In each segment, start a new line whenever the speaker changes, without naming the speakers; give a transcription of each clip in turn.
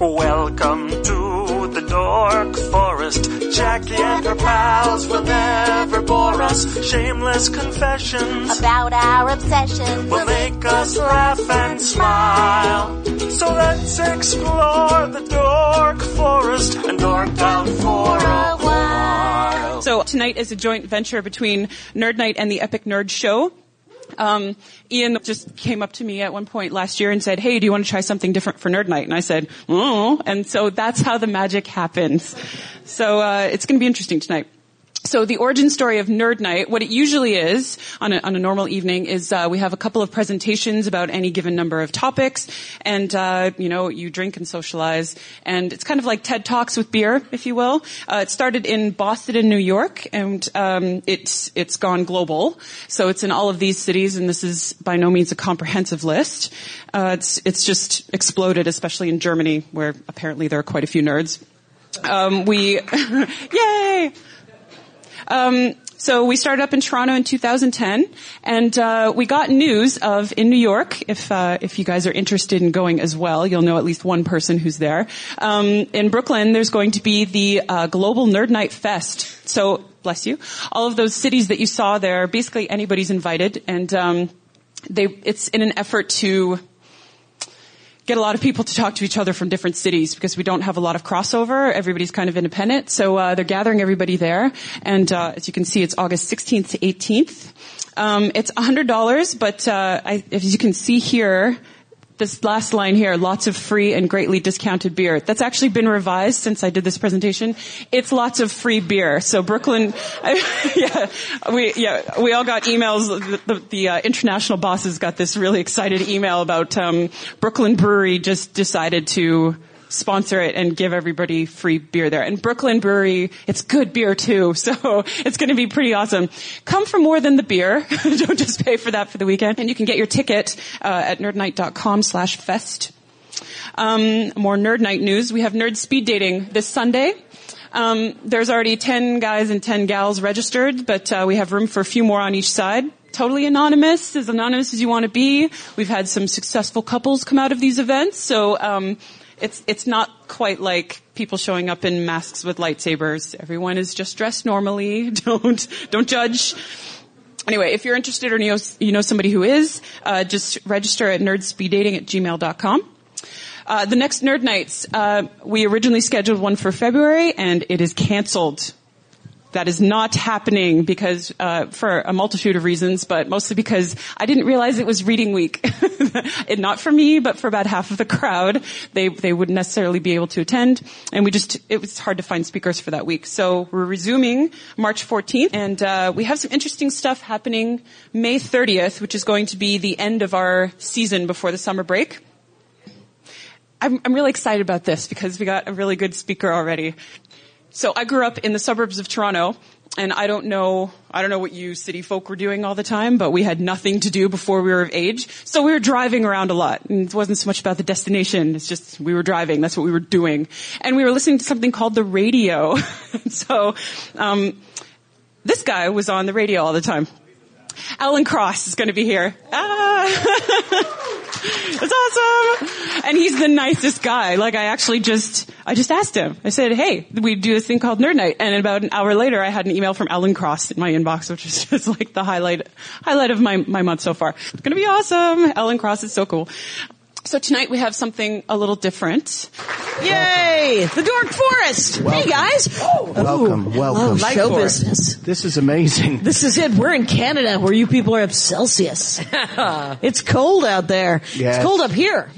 Welcome to the Dork Forest. Jackie and her pals will never bore us. Shameless confessions
about our obsession.
will make us laugh and smile. So let's explore the Dork Forest and dork out for a while.
So tonight is a joint venture between Nerd Night and the Epic Nerd Show. Um, Ian just came up to me at one point last year and said, "Hey, do you want to try something different for Nerd Night?" And I said, "Oh," and so that's how the magic happens. So uh, it's going to be interesting tonight. So the origin story of Nerd Night, what it usually is on a, on a normal evening, is uh, we have a couple of presentations about any given number of topics, and uh, you know you drink and socialize, and it's kind of like TED Talks with beer, if you will. Uh, it started in Boston and New York, and um, it's it's gone global. So it's in all of these cities, and this is by no means a comprehensive list. Uh, it's it's just exploded, especially in Germany, where apparently there are quite a few nerds. Um, we, yay! Um, so we started up in Toronto in 2010, and uh, we got news of in New York. If uh, if you guys are interested in going as well, you'll know at least one person who's there. Um, in Brooklyn, there's going to be the uh, Global Nerd Night Fest. So bless you. All of those cities that you saw there, basically anybody's invited, and um, they it's in an effort to get a lot of people to talk to each other from different cities because we don't have a lot of crossover. Everybody's kind of independent. So uh, they're gathering everybody there. And uh, as you can see, it's August 16th to 18th. Um, it's $100, but uh, I, as you can see here, this last line here, lots of free and greatly discounted beer. That's actually been revised since I did this presentation. It's lots of free beer. So Brooklyn, yeah, we, yeah, we all got emails. The, the, the uh, international bosses got this really excited email about um, Brooklyn Brewery just decided to sponsor it and give everybody free beer there. And Brooklyn Brewery, it's good beer too, so it's going to be pretty awesome. Come for more than the beer. Don't just pay for that for the weekend. And you can get your ticket uh, at nerdnight.com slash fest. Um, more Nerd Night news. We have Nerd Speed Dating this Sunday. Um, there's already 10 guys and 10 gals registered, but uh, we have room for a few more on each side. Totally anonymous, as anonymous as you want to be. We've had some successful couples come out of these events, so um, it's it's not quite like people showing up in masks with lightsabers. Everyone is just dressed normally. Don't don't judge. Anyway, if you're interested or you know, you know somebody who is, uh, just register at nerdspeeddating at gmail.com. Uh, the next Nerd Nights, uh, we originally scheduled one for February and it is canceled. That is not happening because, uh, for a multitude of reasons, but mostly because I didn't realize it was reading week. it, not for me, but for about half of the crowd. They, they wouldn't necessarily be able to attend. And we just, it was hard to find speakers for that week. So we're resuming March 14th and, uh, we have some interesting stuff happening May 30th, which is going to be the end of our season before the summer break. I'm, I'm really excited about this because we got a really good speaker already. So I grew up in the suburbs of Toronto, and I don't know, I don't know what you city folk were doing all the time, but we had nothing to do before we were of age. So we were driving around a lot, and it wasn't so much about the destination. It's just we were driving. That's what we were doing, and we were listening to something called the radio. so um, this guy was on the radio all the time. Alan Cross is going to be here. Ah! it's awesome. And he's the nicest guy. Like I actually just, I just asked him. I said, hey, we do this thing called Nerd Night. And about an hour later, I had an email from Alan Cross in my inbox, which is just like the highlight, highlight of my, my month so far. It's going to be awesome. Alan Cross is so cool. So tonight we have something a little different.
Yay! Oh, The Dork Forest. Hey guys.
Welcome,
Ooh,
welcome.
love
Light
show
forward.
business.
This is amazing.
This is it. We're in Canada where you people are at Celsius. it's cold out there.
Yes.
It's cold up here.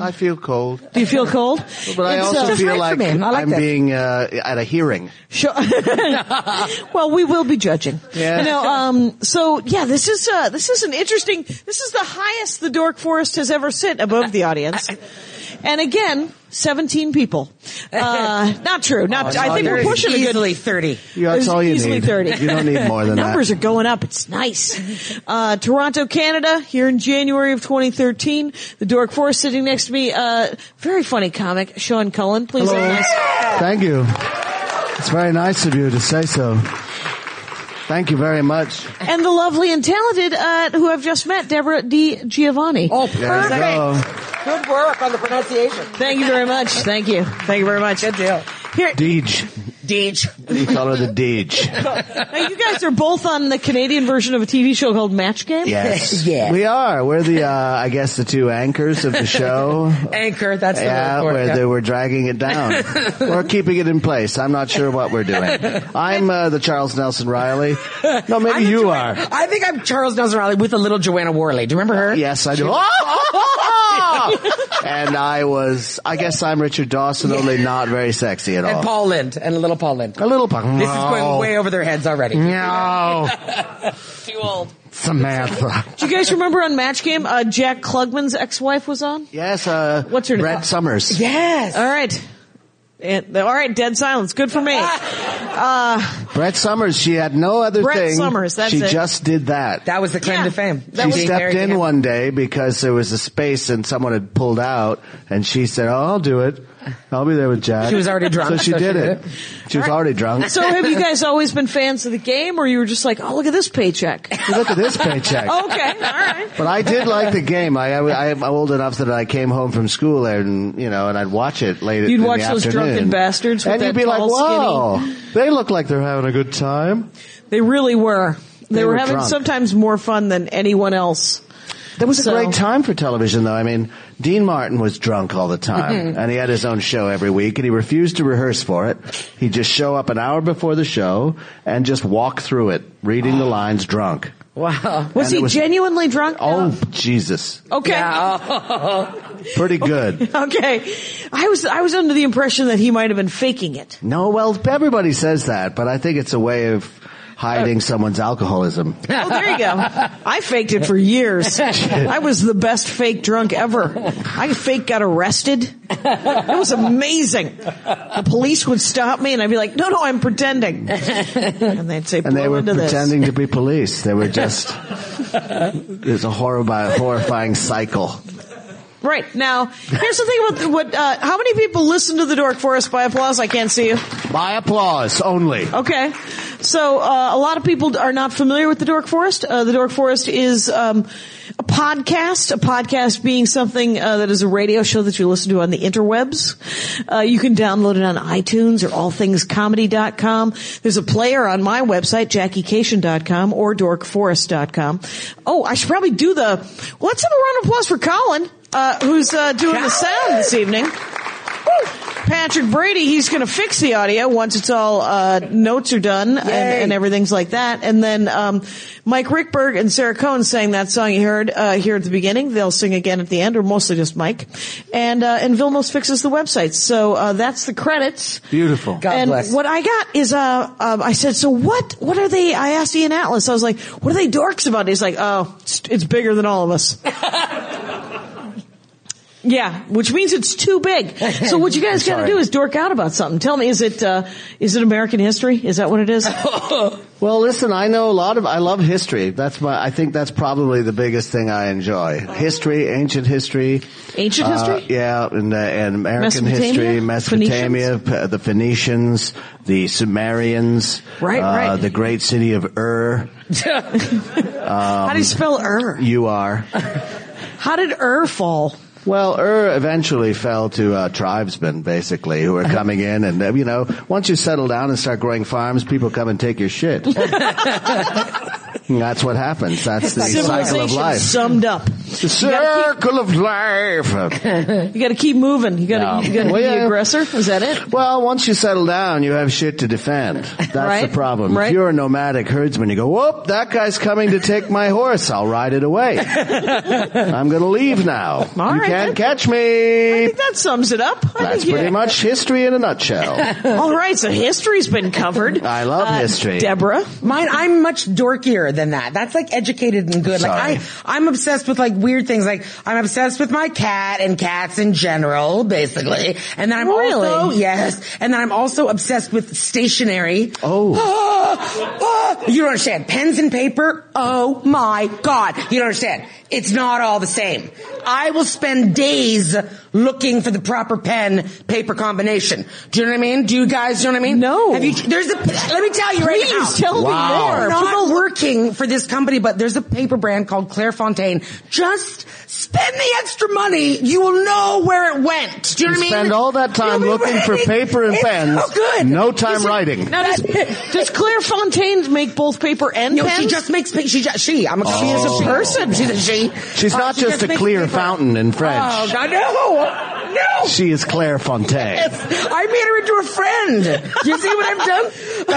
I feel cold,
Do you feel cold?
but I
It's, uh,
also
just
feel
right
like,
for me. I like
I'm
that.
being uh, at a hearing.
Sure. well, we will be judging.
Yeah.
You know, um, so yeah, this is uh, this is an interesting. This is the highest the Dork Forest has ever sit above the audience, and again, seventeen people. Uh, not true.
Oh,
Not. I think we're
There's
pushing a good
easily thirty.
Yeah, That's
It's
all you
easily
need.
30.
You don't need more than
Numbers
that.
are going up. It's nice. Uh, Toronto, Canada, here in January of 2013. The Dork Forest sitting next to me. Uh, very funny comic, Sean Cullen. Please.
Hello.
Yes.
Thank you. It's very nice of you to say so. Thank you very much.
And the lovely and talented, uh, who I've just met, Deborah D. Giovanni.
Oh,
There you
perfect.
go.
Good work on the pronunciation.
Thank you very much. Thank you. Thank you very much. Good deal. Here,
Deej.
Deej.
We call her the Deej.
Now, you guys are both on the Canadian version of a TV show called Match Game.
Yes.
Yeah.
We are. We're the, uh, I guess the two anchors of the show.
Anchor, that's
Yeah,
the word for it,
where
yeah.
they were dragging it down or keeping it in place. I'm not sure what we're doing. I'm uh, the Charles Nelson Riley. No, maybe
I'm a
you
Joanna-
are.
I think I'm Charles Nelson Riley with a little Joanna Worley. Do you remember her?
Yes, I do. Ah! and I was. I guess I'm Richard Dawson, only not very sexy at all.
And Paul Lind, and a little Paul Lind.
A little puck.
This is going way over their heads already.
No,
Too old.
Samantha.
Do you guys remember on Match Game, uh, Jack Klugman's ex-wife was on?
Yes. Uh,
What's her name?
Brett Summers.
Yes.
All right. And, all right, dead silence. Good for me. Uh,
Brett Summers. She had no other
Brett
thing.
Summers, that's
she
it.
just did that.
That was the claim
Yeah.
to fame.
That
she
was-
stepped in one day because there was a space and someone had pulled out, and she said, "Oh, I'll do it. I'll be there with Jack."
She was already drunk,
so she
so she
did
did
it.
it.
She was already drunk.
so have you guys always been fans of the game or you were just like, oh, look at this paycheck? okay.
Look at this paycheck.
All
Oh,
right.
But I did like the game. I, I I'm old enough that I came home from school and you know, and I'd watch it late.
You'd
in
watch
the
those
afternoon.
drunken bastards with
and you'd
that
be like,
tall,
"Wow, they look like they're having a good time."
They really were. They,
They
were,
were
having
drunk.
sometimes more fun than anyone else.
That was
So-
a great time for television, though. I mean, Dean Martin was drunk all the time,
Mm-hmm.
and he had his own show every week, and he refused to rehearse for it. He'd just show up an hour before the show and just walk through it, reading the lines drunk.
Wow.
Was
And
he
it was-
genuinely drunk? Oh.
Oh, Jesus.
Okay.
Pretty good.
Okay. I was, I was under the impression that he might have been faking it.
No, well, everybody says that, but I think it's a way of
Uh,
hiding someone's alcoholism.
Oh, there you go. I faked it for years. I was the best fake drunk ever. I fake got arrested. It was amazing. The police would stop me and I'd be like, no, no, I'm pretending. And they'd say,
And they
"Blow
were
into
pretending to be police. They were just, there's a horrible, horrifying cycle.
This. Right. Now, here's the thing about the, what, uh, how many people listen to the dork for us by applause? I can't see you.
By applause only.
Okay. So, uh, a lot of people are not familiar with the Dork Forest. Uh, the Dork Forest is, um, a podcast, a podcast being something, uh, that is a radio show that you listen to on the interwebs. Uh, you can download it on iTunes or allthingscomedy.com. There's a player on my website, jackiecation.com or dorkforest.com. Oh, I should probably do the, let's have a round of applause for Colin, uh, who's, uh, doing the sound this evening. Patrick Brady, he's going to fix the audio once it's all uh, notes are done and,
Yay.
and everything's like that. And then um, Mike Rickberg and Sarah Cohen sang that song you heard uh, here at the beginning. They'll sing again at the end, or mostly just Mike. And uh, and Vilmos fixes the website, so uh, that's the credits.
Beautiful.
God
and
bless.
what I got is, uh, um, I said, so what, what are they, I asked Ian Atlas, I was like, what are they dorks about? He's like, oh, it's, it's bigger than all of us. Yeah, which means it's too big. So what you guys got to
Sorry.
do is dork out about something. Tell me, is it uh, is it American history? Is that what it is?
Well, listen, I know a lot of, I love history. That's my, I think that's probably the biggest thing I enjoy. History, ancient history.
Ancient
Uh,
history?
yeah, and, uh, and American
Mesopotamia?
history, Mesopotamia, P- the Phoenicians, the Sumerians,
Right,
uh,
right.
the great city of Ur, um,
How do you spell Ur?
you are.
How did Ur fall?
Well, Ur eventually fell to uh, tribesmen, basically, who were coming in, and uh, you know, once you settle down and start growing farms, people come and take your shit. And that's what happens. That's the cycle of
Civilization
life.
summed up.
The circle of life.
You got to keep moving. You got to
Yeah.
you got to
Well,
be the
yeah.
aggressor. Is that it?
Well, once you settle down, you have shit to defend. That's
Right.
the problem.
Right.
If you're a nomadic herdsman, you go, whoop, that guy's coming to take my horse. I'll ride it away. I'm going to leave now.
All
you
right,
can't
then.
catch
I
me.
think that sums it up. I
That's
think you-
pretty much history in a nutshell.
All right, so history's been covered. Uh,
I love history.
Deborah.
Mine, I'm much dorkier than that. That's like educated and good.
Sorry.
Like I, I'm obsessed with like weird things. Like I'm obsessed with my cat and cats in general, basically. And then I'm
Really?
also yes. And then I'm also obsessed with stationery.
Oh.
Ah, ah, you don't understand. Pens and paper. Oh my god. You don't understand. It's not all the same. I will spend days looking for the proper pen paper combination. Do you know what I mean? Do you guys know what I mean?
No.
Have you? There's a. Let me tell you right now.
Please tell me Wow. more.
We're Not working for this company, but there's a paper brand called Clairefontaine. Just spend the extra money. You will know where it went. Do you know
You
what I mean?
spend all that time
You'll be
looking for
writing.
paper and
It's
pens.
So good.
No time
Listen,
writing.
Now, does, does Claire Fontaine make both paper and
No,
pens?
she just makes pa- she. Just, she. I'm a.
She is a person.
She's a
Oh.
she.
She's
Uh,
not
she
just a
makes
clear
paper.
fountain in French.
Oh God, no, no.
She is Claire Fontaine.
I made her into a friend. Do you see what I've done? But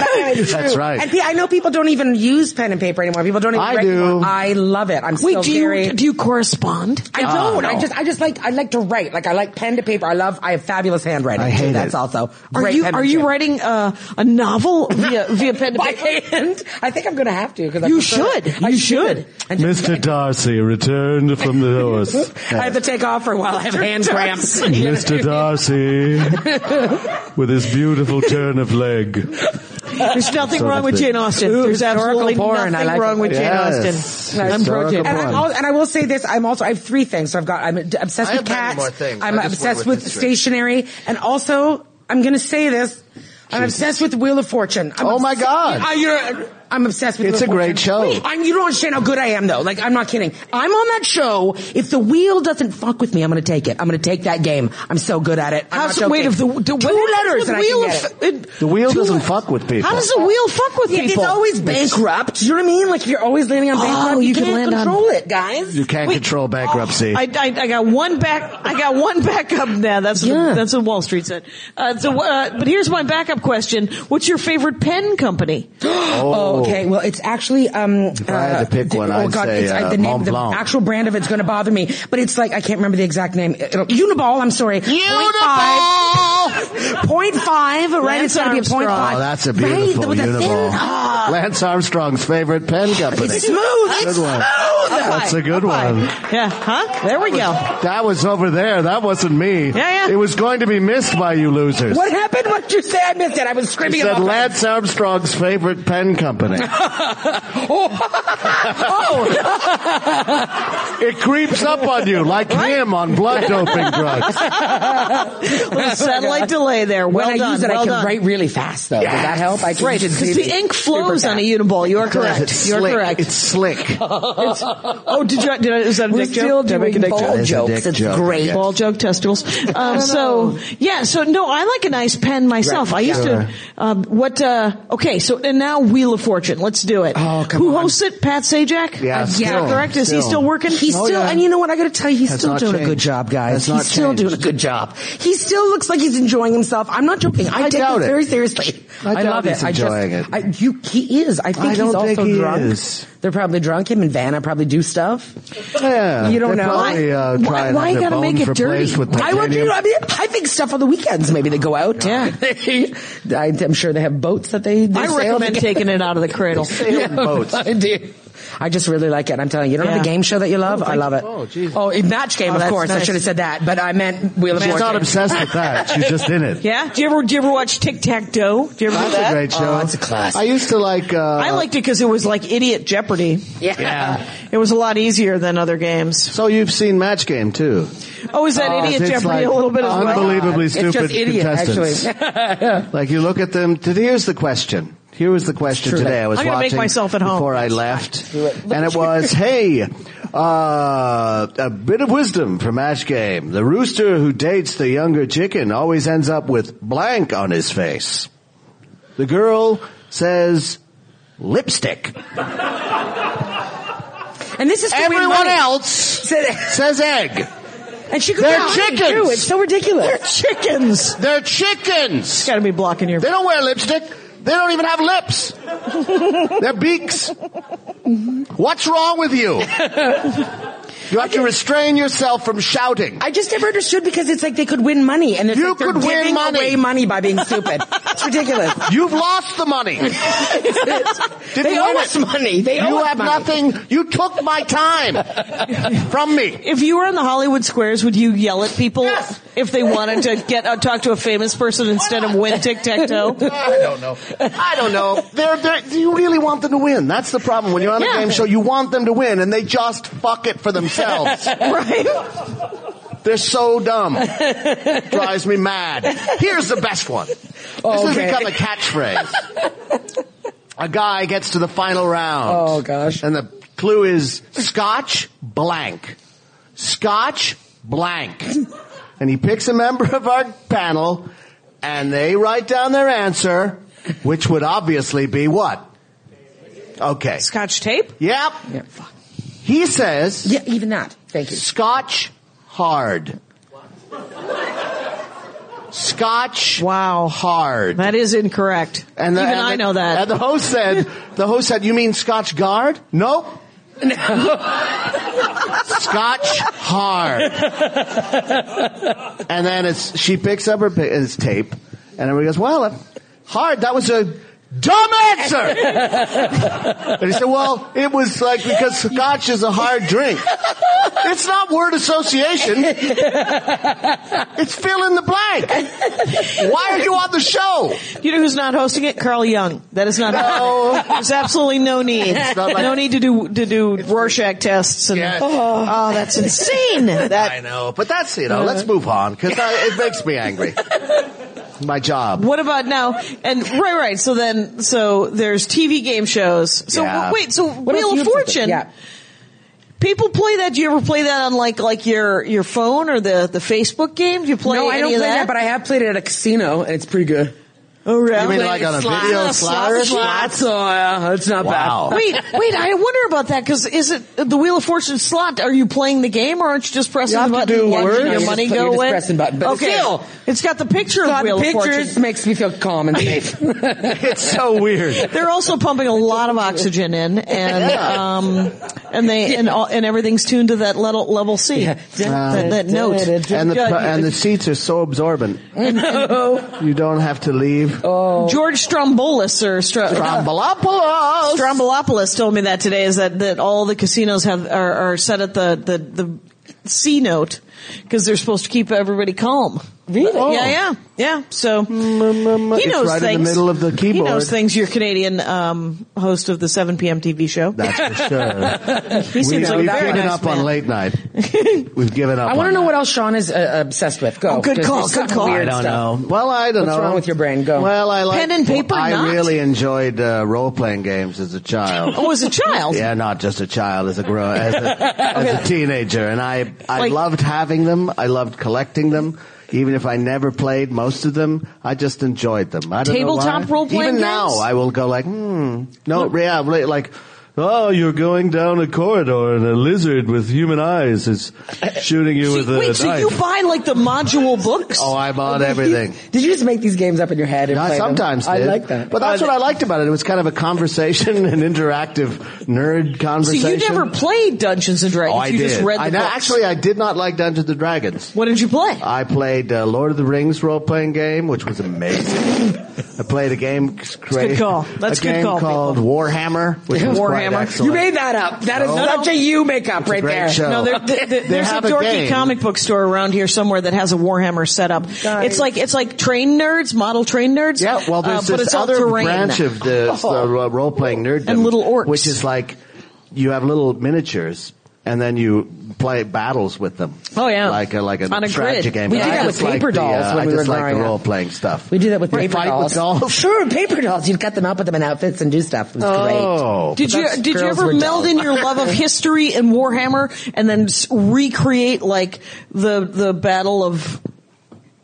I, it's
That's
true.
right.
And pe- I know people don't even use pen and paper anymore. People don't even.
I
write
do.
anymore. I love it. I'm
Wait,
still
do you
very.
do you correspond?
I
Oh,
don't. I just, I just like, I like to write. Like, I like pen to paper. I love, I have fabulous handwriting.
I
too.
hate
That's
it.
also
Are
great
you are
penmanship.
you writing uh, a novel via via pen to
By
paper?
hand? I think I'm going to have to. Cause I
You
prefer it.
should.
I
You should.
And just-
Mr. Darcy returned from the horse.
I have to take off for a while. I have hand cramps.
Mr. Darcy with his beautiful turn of leg.
There's nothing
So
wrong with
that's it.
Jane Austen. There's absolutely
historical porn. I
nothing
like
wrong
it.
with
Yes.
Jane Austen. I'm pro Jane.
Historical
And,
Austen.
porn.
I'm also, and I will say this: I'm also I have three things. So I've got I'm d- obsessed
I
with
have many
cats.
more things.
I'm
I just went
obsessed
with
with
this three.
stationery, and also I'm going to say this: I'm obsessed with Wheel of Fortune. I'm
Oh, my
obs-
God.
I, you're, I'm obsessed with.
It's
Wheel of
a great
Fortune.
show.
I'm, you don't understand how good I am, though. Like I'm not kidding. I'm on that show. If the wheel doesn't fuck with me, I'm going to take it. I'm going to take that game. I'm so good at it. I'm
How's
not
wait
joking.
if the, the what
two
happens
letters
with
and I
wheel
can get
of-
it.
it-
The wheel
two-
doesn't fuck with people.
How does the wheel fuck with
Yeah,
people?
It's always bankrupt. Do you know what I mean? Like you're always landing on
Oh,
bankrupt. you,
you could
can't
land on-
control it, guys.
You can't
Wait. Oh,
control bankruptcy.
I, I, I got one back. I got one backup now. That's
Yeah.
what, that's what Wall Street said. Uh, so, uh, but here's my backup question: What's your favorite pen company?
Oh, okay. Well, it's actually. Um, oh, if
I had to pick one, I'd say, uh,
the,
Mont
the
Blanc.
actual brand of it's going to bother me, but it's like I can't remember the exact name. It'll, Uniball. I'm sorry. Uniball. Point five. Right.
Oh. Lance
it's going to be a point
Armstrong.
five.
Oh, that's a
right,
beautiful
with a
Uniball.
thin. Ah,
Lance Armstrong's favorite pen company.
it's smooth. It's
Good one.
smooth.
That's a good one.
Yeah, huh? There we go.
That was over there. That wasn't me.
Yeah, yeah.
It was going to be missed by you losers.
What happened? What did you say? I missed it. I was
He
screaming
said
about
Lance Armstrong's favorite pen company. It creeps up on you like him on blood doping drugs.
Little satellite delay there.
When
Well
I
done.
use it,
well
I can
done.
write really fast, though. Does that help? I can
Right,
just
because
do
the
this
ink
super
flows on a
fast.
Uniball. You are
It's
correct. You're
slick.
correct.
It's slick.
oh, did you? Did I, is that a
We're
dick joke?
still
Did I make
doing
a dick joke?
ball
It's a
jokes.
dick
It's
joke,
great.
yeah.
Ball joke testicles. Um, so
know.
yeah, so no, I like a nice pen myself.
Right,
I used
sure.
to. Um, what? Uh, okay, so and now Wheel of Fortune. Let's do it.
Oh, come
Who
on.
hosts it? Pat Sajak.
Yeah,
Is
still,
that correct? Is he
still.
still working?
He's
Oh,
still,
yeah.
and you know what? I got to tell you, he's
Has
still
not
doing a
changed.
good job, guys.
Has not
He's still doing a
changed.
good job. He still looks like he's enjoying himself. I'm not joking. I,
I
take
doubt
it
it.
very seriously.
I doubt
love
he's
it.
enjoying
I
it.
just, I, you, he is. I think
I
he's
don't
also
think he
drunk.
is.
They're probably drunk. Him and Vanna probably do stuff.
Yeah,
You don't
they're
know.
Probably, uh,
Why-
trying
why
to have
gotta
their
make
bones
it dirty?
replaced With
I want you.
titanium.
I mean, I think stuff on the weekends. Maybe they go out.
Yeah.
I'm sure they have boats that they. they
I
sail
recommend
together.
taking it out of the cradle.
Sail in boats.
I do. I just really like it. I'm telling you, you don't have
Yeah.
the game show that you love. I love it.
Oh, Jesus.
Oh, in match game,
Oh,
of
that's
course. I
nice.
should have said that, but I meant Wheel of
She's
Fortune.
not obsessed with that. She's just in it.
Yeah. Do you ever? Do you ever watch Tic Tac Toe? Do you ever
That's
do that?
a great show.
Oh, it's a classic.
I used to like. Uh,
I liked it because it was like Idiot Jeopardy.
Yeah.
It was a lot easier than other games.
So you've seen Match Game too?
Oh, is that Idiot
it's
Jeopardy
like
a little bit as well?
Unbelievably
It's
stupid
just idiot,
contestants.
actually.
like you look at them. t- Here's the question. Here was the question
True.
today. I was
I'm gonna make
watching
myself at home.
before I left, and it was, "Hey, uh, a bit of wisdom for Match Game. The rooster who dates the younger chicken always ends up with blank on his face. The girl says lipstick.
and this is to win
Everyone
money.
else
Said-
says egg.
and she goes,
They're
"Yeah, I
chickens."
do. It's so ridiculous.
Chickens.
They're chickens.
Got to be blocking your.
They don't wear lipstick. They don't even have lips. They're beaks. What's wrong with you? You have to restrain yourself from shouting.
I just never understood because it's like they could win money, and it's
You
like they're
could win
giving
money.
away money by being stupid. it's ridiculous.
You've lost the money. Didn't
they
win
owe
it.
us money. They owe
You
us
have
money.
nothing. You took my time from me.
If you were in the Hollywood squares, would you yell at people
Yes.
if they wanted to get uh, talk to a famous person instead of win tic tac toe?
I don't know. I don't know. They're, they're, do you really want them to win? That's the problem. When you're on a
Yeah.
game show, you want them to win, and they just fuck it for themselves.
Right?
They're so dumb. Drives me mad. Here's the best one. This has
Okay.
become a catchphrase. A guy gets to the final round.
Oh, gosh.
And the clue is Scotch blank. Scotch blank. and he picks a member of our panel and they write down their answer, which would obviously be what? Okay.
Scotch tape?
Yep.
Yeah, fuck.
He says
Yeah, even that. Thank you.
Scotch hard. Scotch
Wow.
hard.
That is incorrect.
And the-
Even
and
I
the-
know that.
And the host said, the host said, you mean Scotch guard? Nope. Scotch hard. and then it's, she picks up her, pi- his tape and everybody goes, well, uh, hard, that was a dumb answer. and he said, well, it was like, because Scotch is a hard drink. It's not word association. It's fill in the blank. Why are you on the show?
You know who's not hosting it? Carl Young. That is not.
No.
There's absolutely no need.
not like-
no need to do to do Rorschach tests and.
Yeah.
Oh, oh, that's insane. That.
I know, but that's you know.
Uh-huh.
Let's move on because it makes me angry. My job.
What about now? And right, right. So then, so there's TV game shows. So
Yeah.
w- wait, so Wheel of
else you have to-
Fortune.
Yeah.
People play that. Do you ever play that on like like your your phone or the the Facebook game? Do you play
No,
any
I don't play
of
that, but I have played it at a casino, and it's pretty good.
oh, really?
You mean like on a video slider?
Slots, oh, yeah, it's not
Wow.
bad.
Wait, wait, I wonder about that because is it the Wheel of Fortune slot? Are you playing the game or aren't you just pressing
You have
the
to
button
do
and watching
words.
your
You're just-
money
you're
go
just
away?
pressing button. But
okay.
still,
it's got the picture of
God,
Wheel of
pictures
Fortune.
makes me feel calm and safe.
It's so weird.
They're also pumping a lot of oxygen in and,
Yeah.
um, and they, and all, and everything's tuned to that level, level C.
Uh,
That, that note.
And the and the seats are so absorbent. You don't have to leave. Oh.
George Strombolis or Stro-
Trombolopoulos.
Strombolopoulos told me that today is that, that all the casinos have are, are set at the the, the C note because they're supposed to keep everybody calm. Really?
Oh.
Yeah, yeah, yeah.
Mm,
So he
It's
knows
right in the
things.
middle of the
He
keyboard.
knows things. Your Canadian um, host of the 7 p.m. TV show.
That's for sure.
he seems like
we've
a very
given
nice
up
man.
on late night. We've given up.
I
on
want to know
that.
what else Sean is uh, obsessed with. Go.
Oh, good
'cause
call,
there's
good
something
call.
weird
I don't
stuff.
know. Well, I don't
What's
know.
wrong with your brain? Go.
Well, I like
Pen and paper,
I
not.
really enjoyed uh, role playing games as a child.
Oh, as a child.
Yeah, not just a child, as a grown, as a, as a teenager, and I I
Like-
loved having them. I loved collecting them, even if I never played most of them. I just enjoyed them. I don't know
Tabletop
why.
role-playing
Even now,
games?
I will go like, hmm, no, yeah, li- like. Oh, you're going down a corridor and a lizard with human eyes is shooting you with a
Wait,
knife.
so you buy like the module books?
oh, I bought everything.
Did you just make these games up in your head? And
No, I
play them?
sometimes
I
did.
like that. Uh,
But
Uh,
that's what I liked about it. It was kind of a conversation, an interactive nerd
so
conversation.
you never played Dungeons and Dragons?
Oh, I
you
did.
just read the
I know-
books.
Actually, I did not like Dungeons and Dragons.
what did you play?
I played uh, Lord of the Rings role playing game, which was amazing. I played a game
good call. That's
a
good
game
call,
called Warhammer, which was quite
Warhammer.
excellent.
You made that up. That is
No.
such a you make up right
great
there.
show.
No, there, th- th-
They
there's a
have a
dorky
game.
comic book store around here somewhere that has a Warhammer setup. It's like it's like train nerds, model train nerds.
Yeah, well,
uh,
there's
but
this
it's all
other
terrain.
branch of the, role playing nerd
And little orcs.
which is like you have little miniatures. And then you play battles with them.
Oh, yeah.
like a, like a
On a
strategy
grid.
game.
We
But
did
I
that
just
with
like
paper
the,
dolls
uh,
when
I
we
just
were
like
growing
the
up.
role playing stuff.
We do that with
They
paper
fight
dolls.
With dolls.
Sure, paper dolls. You'd cut them up, put them in outfits, and do stuff. It was
Oh,
Did you
That's-
did you
girls
ever
were
meld
dumb.
in your love of history and Warhammer and then s- recreate like the the battle of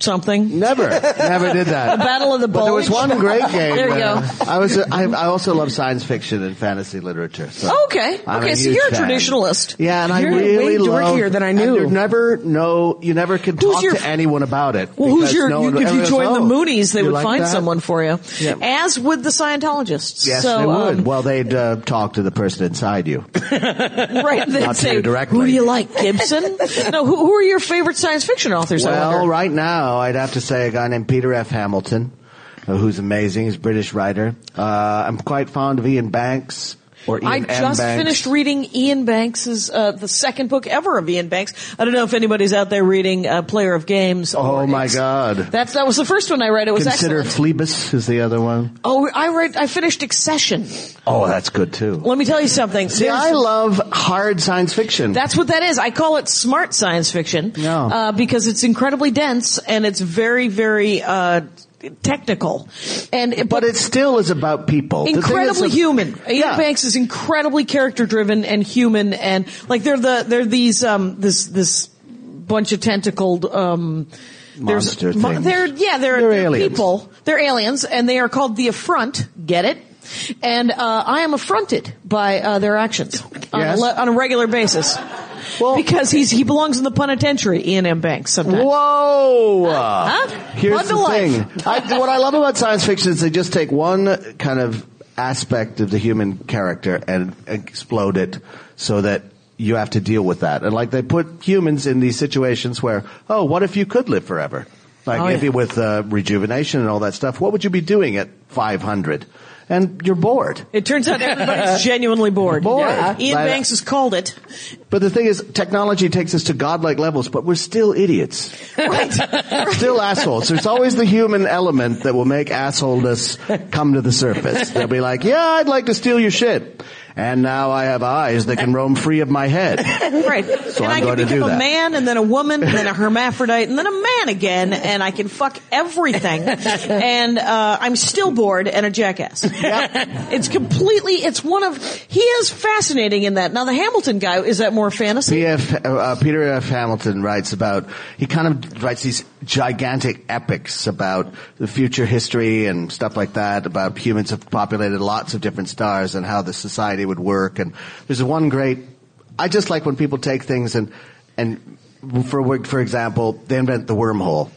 something?
Never, never did that.
The Battle of the
But there was
Bulge?
one great game.
There you
uh,
go.
I was. I, I also love science fiction and fantasy literature. So
Okay.
I'm
Okay, so
huge
you're a
fan.
traditionalist.
Yeah, and
You're
I
way
really love.
dorkier than I
and
knew.
you never know. You never can
Who's
talk
your-
to anyone about it.
Well, who's
because
your?
no
you,
one-
if you
everyone
joined
goes,
the
"Oh,
Moonies, they
you
would
like
find
that?"
someone for you.
Yeah.
As would the Scientologists.
Yes,
so,
they would.
um,
well, they'd uh, talk to the person inside you.
right? They'd
Not to
say,
you directly.
"Who do you like, Gibson?" no, who, who are your favorite science fiction authors? I
well,
wonder?
right now, I'd have to say a guy named Peter F. Hamilton, uh, who's amazing. He's a British writer. Uh, I'm quite fond of Ian Banks. Or Ian
I
M.
just
Banks.
finished reading Ian Banks's uh, the second book ever of Ian Banks. I don't know if anybody's out there reading uh, Player of Games.
Oh,
or
my
Ex-
God.
That's that was the first one I read. It was
Consider
excellent.
Phlebas is the other one.
oh, I read. I finished Accession.
Oh, that's good too.
Let me tell you something.
See,
There's-
I love hard science fiction.
That's what that is. I call it smart science fiction.
No.
Uh, because it's incredibly dense and it's very, very, uh, technical. And, it-
but it still is about people. The thing that's
incredibly
a-
human. Ian
Yeah.
Banks is incredibly character driven and human and like they're the, they're these, um, this, this bunch of tentacled, um, there's-
Monster
mo-
things.
They're, yeah, they're,
They're
they're
aliens.
people. They're aliens and they are called the affront. Get it? And, uh, I am affronted by, uh, their actions on,
Yes.
a, le- on a regular basis.
Well-
because he's, he belongs in the penitentiary, Ian M. Banks sometimes.
Whoa! Here's
Love
the
to life.
thing. I, what I love about science fiction is they just take one kind of aspect of the human character and explode it so that you have to deal with that. And like they put humans in these situations where, oh, what if you could live forever? Like
Oh,
if
yeah.
you with uh, rejuvenation and all that stuff, what would you be doing at 500? And you're bored.
It turns out everybody's genuinely bored.
Bored.
Ian
Like-
Banks has called it.
But the thing is, technology takes us to godlike levels, but we're still idiots. Right. still assholes. There's always the human element that will make assholeness come to the surface. They'll be like, yeah, I'd like to steal your shit. And now I have eyes that can roam free of my head.
Right.
So
and
I'm
I can
going to
become
do
a
that.
man and then a woman and then a hermaphrodite and then a man again and I can fuck everything. and uh, I'm still bored and a jackass. It's completely, it's one of, he is fascinating in that. Now the Hamilton guy, is that more fantasy?
P.F. Uh, uh, Peter F. Hamilton writes about he kind of writes these gigantic epics about the future history and stuff like that about humans have populated lots of different stars and how the society would work and there's one great I just like when people take things and and for for example they invent the wormhole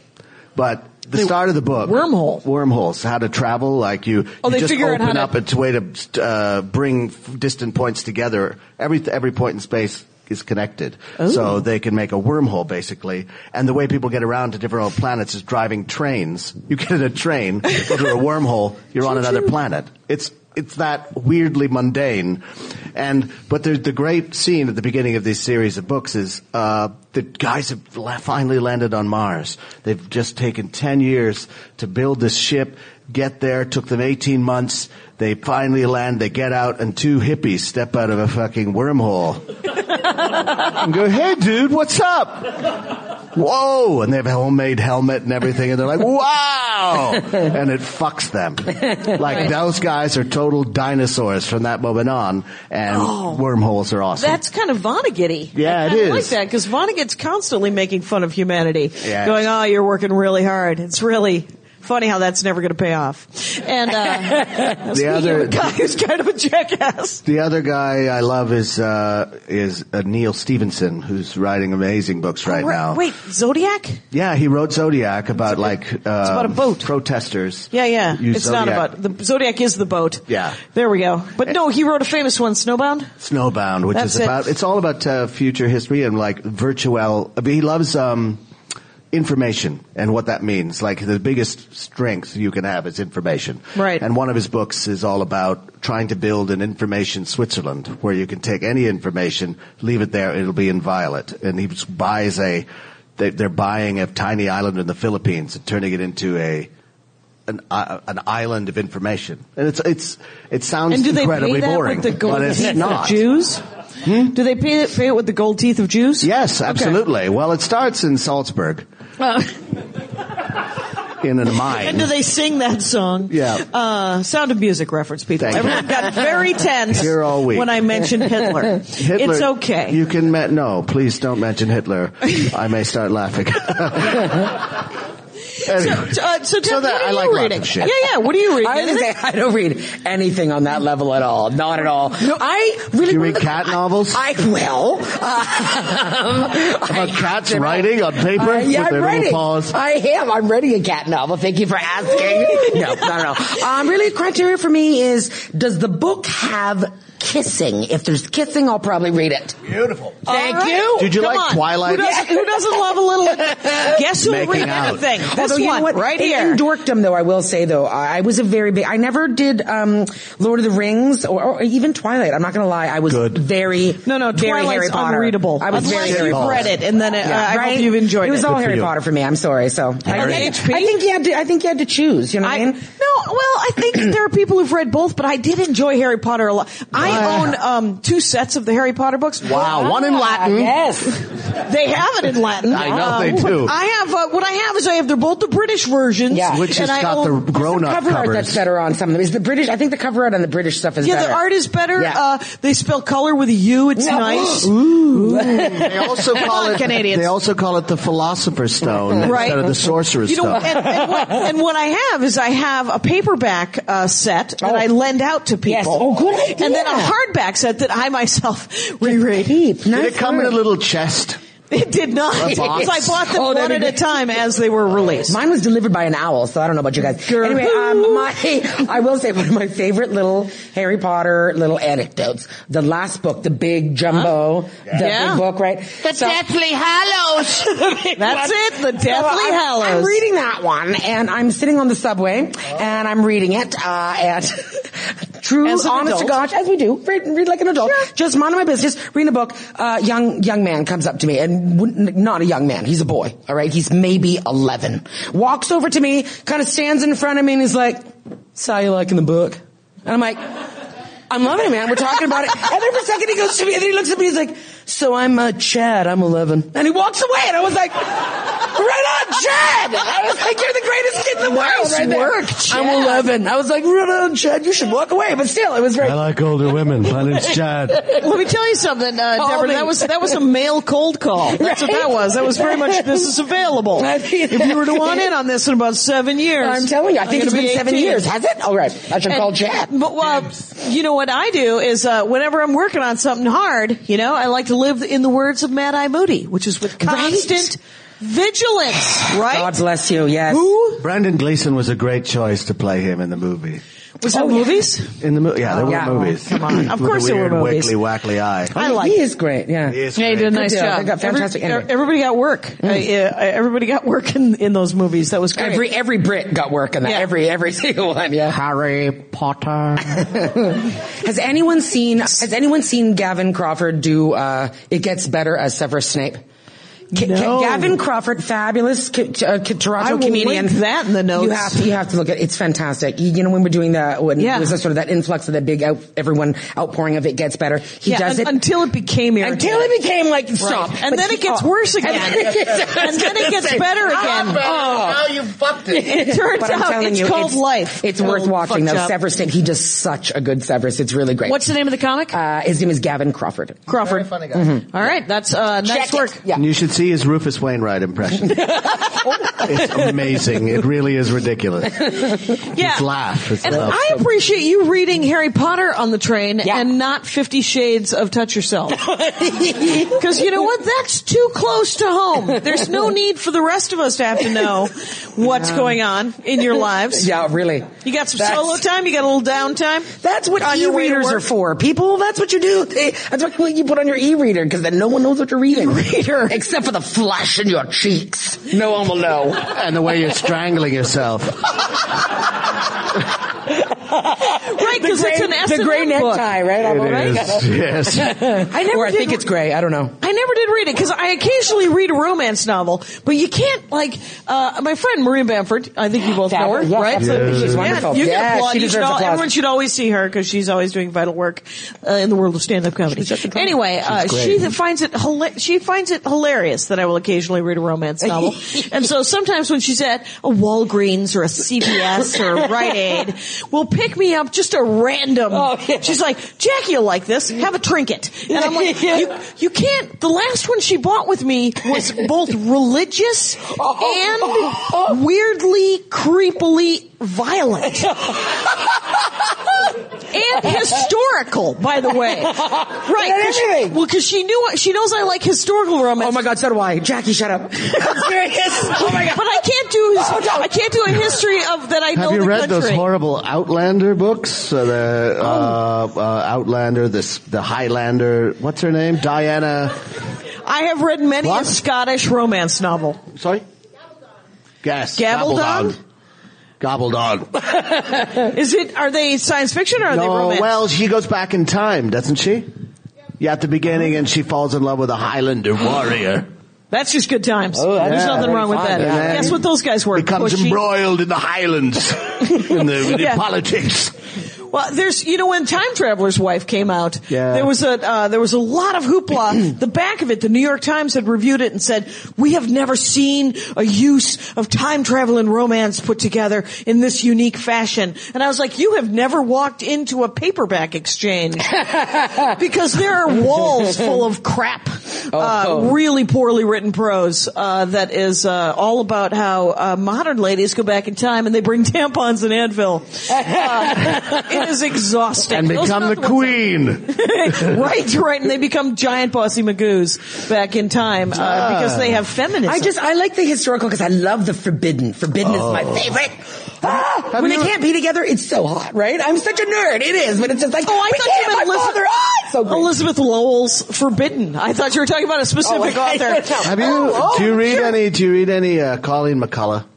but the start of the book
wormhole.
wormholes how to travel like you
Oh,
you
they
just
figure out
open
how to-
up it's a way to uh, bring f- distant points together. Every every point in space is connected,
Oh.
so they can make a wormhole basically. And the way people get around to different old planets is driving trains. You get in a train, go through a wormhole, you're on another planet. It's it's that weirdly mundane, and but there's the great scene at the beginning of this series of books is uh, the guys have la- finally landed on Mars. They've just taken ten years to build this ship, get there. Took them eighteen months. They finally land, they get out, and two hippies step out of a fucking wormhole. and go, hey dude, what's up? Whoa! And they have a homemade helmet and everything, and they're like, wow! And it fucks them. Like, those guys are total dinosaurs from that moment on, and wormholes are awesome.
Oh. That's kind of Vonnegutty.
Yeah,
I
it
kinda like
is.
that because Vonnegut's constantly making fun of humanity,
Yeah.
going, "Oh, you're working really hard." It's really funny how that's never going to pay off. And uh, the
other-
other guy who's kind of a jackass.
The other guy I love is uh, is uh, Neil Stevenson, who's writing amazing books right
Right-
now.
Wait, Zodiac?
Yeah, he wrote Zodiac about like uh, it's
about a boat.
protesters.
Yeah, yeah.
Use
it's not
Zodiac.
about the Zodiac is the boat.
Yeah.
There we go. But no, he wrote a famous one, Snowbound.
Snowbound, which
That's
is
it.
about it's all about uh, future history and like virtual. I mean, he loves um, information and what that means. Like the biggest strength you can have is information.
Right.
And one of his books is all about trying to build an information Switzerland where you can take any information, leave it there, it'll be inviolate. And he just buys a. They, they're buying a tiny island in the Philippines and turning it into a. An, uh, an island of information, and it's it's it sounds
And do they
incredibly
pay that
boring,
with the gold
but
teeth
it's
of
not. Hmm?
Jews? Do they pay it, pay it with the gold teeth of Jews?
Yes,
Okay.
absolutely. Well, it starts in Salzburg
Uh,
in a mine.
and do they sing that song?
Yeah.
Uh, sound of music reference, people.
Thank you.
Everyone got very tense
Here all week.
when I mentioned Hitler.
Hitler-
It's okay.
You can met no. Please don't mention Hitler. I may start laughing. Anyway.
so, uh, so tell
that-
me, what are
I
you
like lots
reading?
of shit.
Yeah, yeah. What are you reading?
I, was gonna say, I don't read anything on that level at all. Not at all. I really
Do you
one of
read
the-
cat novels?
I will. Um,
About
I-
cats writing on paper
Uh, yeah,
with their
I'm
little
writing.
paws.
I am. I'm writing a cat novel. Thank you for asking. no, not at all. Um, really, criteria for me is: does the book have kissing. If there's kissing, I'll probably read it.
Beautiful.
Thank
right.
you.
Did you
Come
like
on.
Twilight?
Who doesn't, who doesn't love a little? Guess who
Making
read
out.
everything? This
Although, you know
one
what?
right
in,
here.
In dorkdom, though, I will say though, I, I was a very big. I never did um, Lord of the Rings or, or even Twilight. I'm not going to lie. I was
Good.
very
no, no,
very Harry
Twilight's
Potter.
unreadable.
I was
Unless
very Harry
you've
Potter.
read it, and then it, uh, I
Right?
hope you've enjoyed
It was
it.
all
for
Harry
you.
Potter for me. I'm sorry. So I,
Harry.
think, I think you had to. I think you had to choose. You know what
I,
I,
no,
mean?
well, I think there are people who've read both, but I did enjoy Harry Potter a lot. I own um, two sets of the Harry Potter books.
Wow, one in Latin.
Yes.
They have it in Latin.
I know they
what
do.
I have uh, what I have is I have they're both the British versions,
Yeah.
Which
and
has
I
got
own,
the grown up
cover art that's
covers.
better on some of them is the British. I think the cover art on the British stuff is
yeah,
better.
the art is better.
Yeah.
Uh, they spell color with a U. It's
Yeah.
nice.
They also call
on,
it
Canadians.
They also call it the Philosopher's Stone
Right.
instead of the Sorcerer's
You know,
Stone.
and, and, what, and what I have is I have a paperback uh, set that
Oh.
I lend out to people.
Yes. Oh, good idea.
And then a hardback set that I myself reread.
Deep.
Did
Nice
it come in a
art.
little chest?
It did not.
A box?
Because I bought them
Oh,
one
that'd
at
be
a
great.
time as they were released.
Mine was delivered by an owl, so I don't know about you guys.
Girl.
Anyway, um, my, I will say one of my favorite little Harry Potter little anecdotes. The last book, the big jumbo, the
Yeah.
big book, right? The Deathly Hallows.
That's it, the Deathly Hallows.
I'm reading that one, and I'm sitting on the subway, and I'm reading it, uh, and true,
As
honest
an
to
adult.
gosh, as we do, read, read like an adult, just minding my business, reading a book, uh, young, young man comes up to me, and wouldn't- not a young man, he's a boy, alright, he's maybe 11, walks over to me, kind of stands in front of me, and he's like, saw you liking the book. And I'm like, I'm loving it, man. We're talking about it. And then for a second he goes to me and then he looks at me and he's like, so I'm uh, Chad, I'm 11. And he walks away and I was like, right on, Chad! I was like, you're the greatest kid in the world
Nice
right there.
work, Chad.
I'm 11. I was like, right on, Chad, you should walk away. But still, it was very,
like older women. My name's Chad.
Let me tell you something, uh,
Call
Deborah.
me.
That was that was a male cold call. That's what
Right?
that was. That was very much this is available.
I mean-
if you were to want in on this in about seven years,
I'm telling you, I think
I'm
it's
gonna
been
be
seven
18.
years, has it? All right. I should call
And- uh,
Chad.
But well, you know what I do is uh, whenever I'm working on something hard, you know, I like to live in the words of Mad Eye Moody, which is with constant vigilance. Right?
God bless you, yes.
Who
Brendan Gleeson was a great choice to play him in the movie.
was
Oh,
in movies?
In the movie, yeah,
Oh,
there were
yeah.
movies.
Come on.
Of
With a
course there were
weird
movies.
Wiggly, wackly eye.
I like.
He is great, yeah.
He is
Yeah, you
great.
did a nice
deal.
job.
They got fantastic
Every-
ending. Mm.
everybody got work. Uh, yeah, everybody got work in, in those movies. That was great.
Every E every Brit got work on that.
Yeah.
Every every single one. Yeah. Harry Potter. has anyone seen Has anyone seen Gavin Crawford do uh, It Gets Better as Severus Snape? Ca- ca-
No.
Gavin Crawford, fabulous ca- uh, ca- Toronto
I will
comedian.
link that in the notes.
You have to, you have to look at it. It's fantastic. You, you know when we're doing the when
Yeah.
it was a sort of that influx of the big out, everyone outpouring of It Gets Better. He
Yeah,
does
un-
it
until it became irritating.
until it became like stop,
And
But
then
he-
it gets
oh.
worse again.
And then it gets,
And then it gets better again.
Oh.
you fucked it.
It turns
But I'm
out
telling
it's
you,
called
it's,
life.
It's
Oh,
worth watching
fucked
though.
up.
Severus Snape, he does such a good Severus. It's really great.
What's the name of the comic?
uh, his name is Gavin Crawford.
Crawford. All right, that's uh,
Check
nice
it.
work.
Yeah.
And you should see his Rufus Wainwright impression. it's amazing. It really is ridiculous.
Yeah.
It's laugh. It's
And
laugh.
I appreciate you reading Harry Potter on the train
Yeah.
and not Fifty Shades of Touch Yourself. Because you know what? That's too close to home. There's no need for the rest of us to have to know what's going on in your lives.
Yeah, really.
You got some
That's-
solo time. You got a little downtime.
That's what
On your way to
e-readers
work.
are for, people. That's what you do. They- That's what you put on your e-reader because then no one knows what you're reading. Reader, except for the flash in your cheeks. No one will know.
and the way you're strangling yourself.
Right, because it's an
the gray
S&M book.
necktie, right? I'm all right.
It is. Yes.
I never
Or I
did
think it's gray. I don't know.
I never did read it because I occasionally read a romance novel, but you can't like uh, my friend Maria Bamford. I think you both know her,
Yeah,
right?
absolutely. She's wonderful.
you
Yeah,
can applaud.
she
you should
deserves
all,
applause.
everyone should always see her because she's always doing vital work uh, in the world of stand-up comedy. Anyway, uh, she th- finds it hila- she finds it hilarious that I will occasionally read a romance novel, and so sometimes when she's at a Walgreens or a CVS or a Rite Aid, will pick me up just a random.
Oh, yeah.
She's like, Jackie, will like this? Have a trinket, and I'm like, you, you can't. The last one she bought with me was both religious
Oh,
and weirdly, creepily violent. and historical, by the way. Right? 'cause she-
everything.
well, because she knew she knows I like historical romance.
Oh my god, so do I. Jackie, shut up. I'm serious. Oh my god. Oh,
But I can't do his, I can't do a history of that. I know
Have you
the
read
country.
those horrible Outlander books? Uh, the uh,
Oh.
uh, Outlander, this the Highlander. What's her name? Diana.
I have read many a
What?
Scottish romance novel.
Sorry. Yes.
Gabaldon?
Gabaldon. Gabaldon.
Is it? Are they science fiction or are they
No,
romance?
well, she goes back in time, doesn't she? Yeah, at the beginning, and she falls in love with a Highlander warrior.
that's just good times.
Oh, that's
There's nothing
very
wrong with
fun.
that.
And then
Guess what? Those guys were
Becomes
pushy.
embroiled in the Highlands, in the, in
Yeah.
the politics.
Well, there's you know when Time Traveler's Wife came out,
Yeah.
there was a uh, there was a lot of hoopla. the back of it, the New York Times had reviewed it and said, "We have never seen a use of time travel and romance put together in this unique fashion." And I was like, "You have never walked into a paperback exchange because there are walls full of crap,
Oh.
uh, really poorly written prose uh, that is uh, all about how uh, modern ladies go back in time and they bring tampons and Advil. Uh, it is exhausting.
And
Those are
become
not
the
ones-
queen.
right, right, and they become giant bossy magoos back in time uh,
Ah.
because they have feminism.
I just, I like the historical because I love the forbidden. Forbidden is my favorite. Ah, when they
you-
can't be together, it's so hot, right? I'm such a nerd. It is, but it's just like,
Oh, I
we
thought
can't,
you meant
my
Elizabeth,
father. Ah, it's so great.
Elizabeth Lowell's Forbidden. I thought you were talking about a specific
Oh, I-
author.
Have you?
Oh,
do you
oh,
read
sure.
any? Do you read any uh, Colleen McCullough?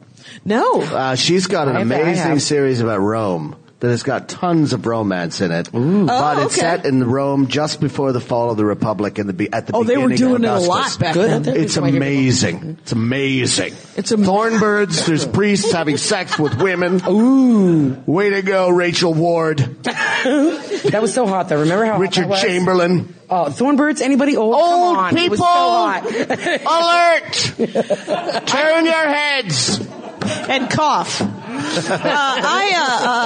No.
Uh, she's got an
I have- I
amazing
have.
series about Rome that has got tons of romance in it, but
Oh,
it's
okay.
set in Rome just before the fall of the Republic and the be- at the
Oh, they
beginning
were doing it a
of Augustus.
lot back
Good.
then.
It's amazing. It's amazing.
It's am-
Thornbirds. There's priests having sex with women. Ooh, way to go, Rachel Ward,
Oh,
That was so hot though. Remember how hot that
Richard
was?
Chamberlain.
Oh, Thornbirds, anybody old?
Old
Come on. It
people,
was so hot.
alert! Turn your heads.
and cough. Uh, I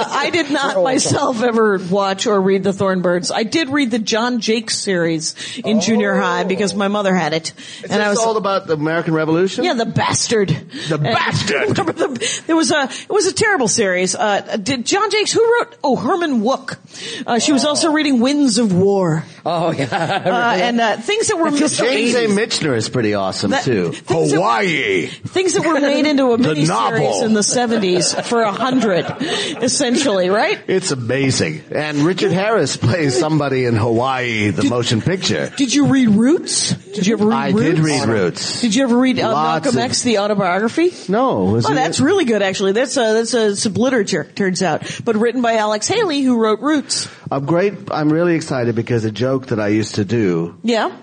uh, uh, I did not myself ever watch or read the Thornbirds. I did read the John Jakes series in junior high because my mother had it,
Is this Oh. all about the American Revolution?
yeah, the bastard.
The
And-
bastard.
Remember the, there was a it was a terrible series. Uh, did John Jakes who wrote? Oh, Herman Wook. Uh, she was
Oh.
also reading Winds of War
Oh yeah.
uh, and uh, things that were
feels
James A.
made,
Michener is pretty awesome
That-
too.
things that- things that were made into a
The
miniseries
novel.
in the seventies for a hundred, essentially, right?
It's amazing. And Richard Harris plays somebody in Hawaii, the motion picture.
Did you read Roots? Did you ever read
I
Roots?
did read Roots.
Did you ever read uh,
Lots
Malcolm
of-
X, the autobiography?
No, was
Oh,
it-
that's really good, actually. That's uh that's a, some literature, turns out, but written by Alex Haley, who wrote Roots.
I'm great. I'm really excited because a joke that I used to do
Yeah.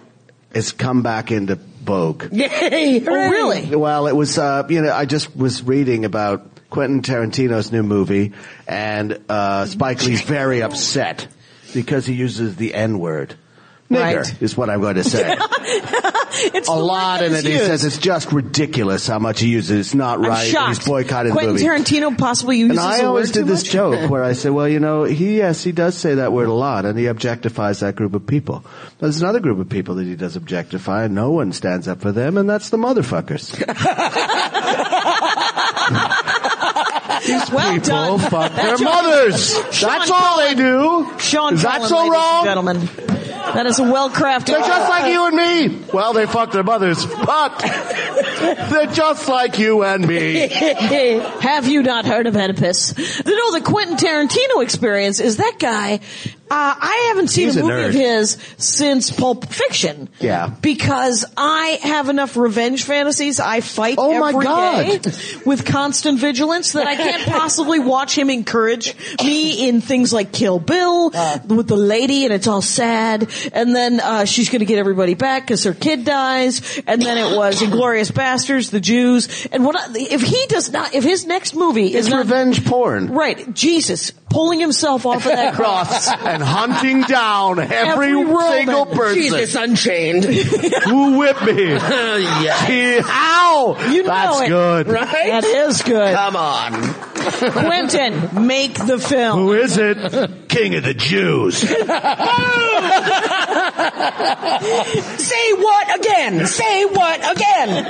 is come back into vogue.
Yay!
Oh, really?
Well, it was, uh, you know, I just was reading about Quentin Tarantino's new movie, and uh, Spike Lee's very upset because he uses the N word. Nigger
Right.
is what I'm going to say.
It's
a
the
lot
word
in
that is
it. He
used.
says it's just ridiculous how much he uses. it. It's not
I'm
right. and
shocked.
He's boycotted
Quentin
the movie.
Tarantino possibly uses
and I
the
always
word
did
too
this
much?
joke where I say, well, you know, he, yes, he does say that word a lot and he objectifies that group of people. But there's another group of people that he does objectify and no one stands up for them and that's the motherfuckers. These
Well
people
done.
Oh, fuck their
That's your-
mothers.
Sean
that's all they do.
Sean
Is
Cullen,
that so
ladies
wrong?
and gentlemen. That is a well-crafted...
They're just like you and me. Well, they fuck their mothers, but they're just like you and me.
Have you not heard of Oedipus? You know, the Quentin Tarantino experience is that guy. Uh, I haven't seen
He's
a
a
movie
nerd.
of his since Pulp Fiction.
Yeah.
Because I have enough revenge fantasies. I fight
Oh my
every
God.
day with constant vigilance that I can't possibly watch him encourage me in things like Kill Bill with the lady and it's all sad. And then, uh, she's gonna get everybody back because her kid dies. And then it was Inglorious Bastards, the Jews. And what, I, if he does not, if his next movie is
It's
not,
revenge porn.
right, Jesus, pulling himself off of that cross.
and hunting down every,
Every Roman.
single person.
Jesus Unchained.
Who whipped me?
yeah.
Gee, How?
You know
That's
it.
good.
Right?
That is good.
Come on.
Quentin, make the film.
Who is it? king of the Jews.
Say what again? Say what again?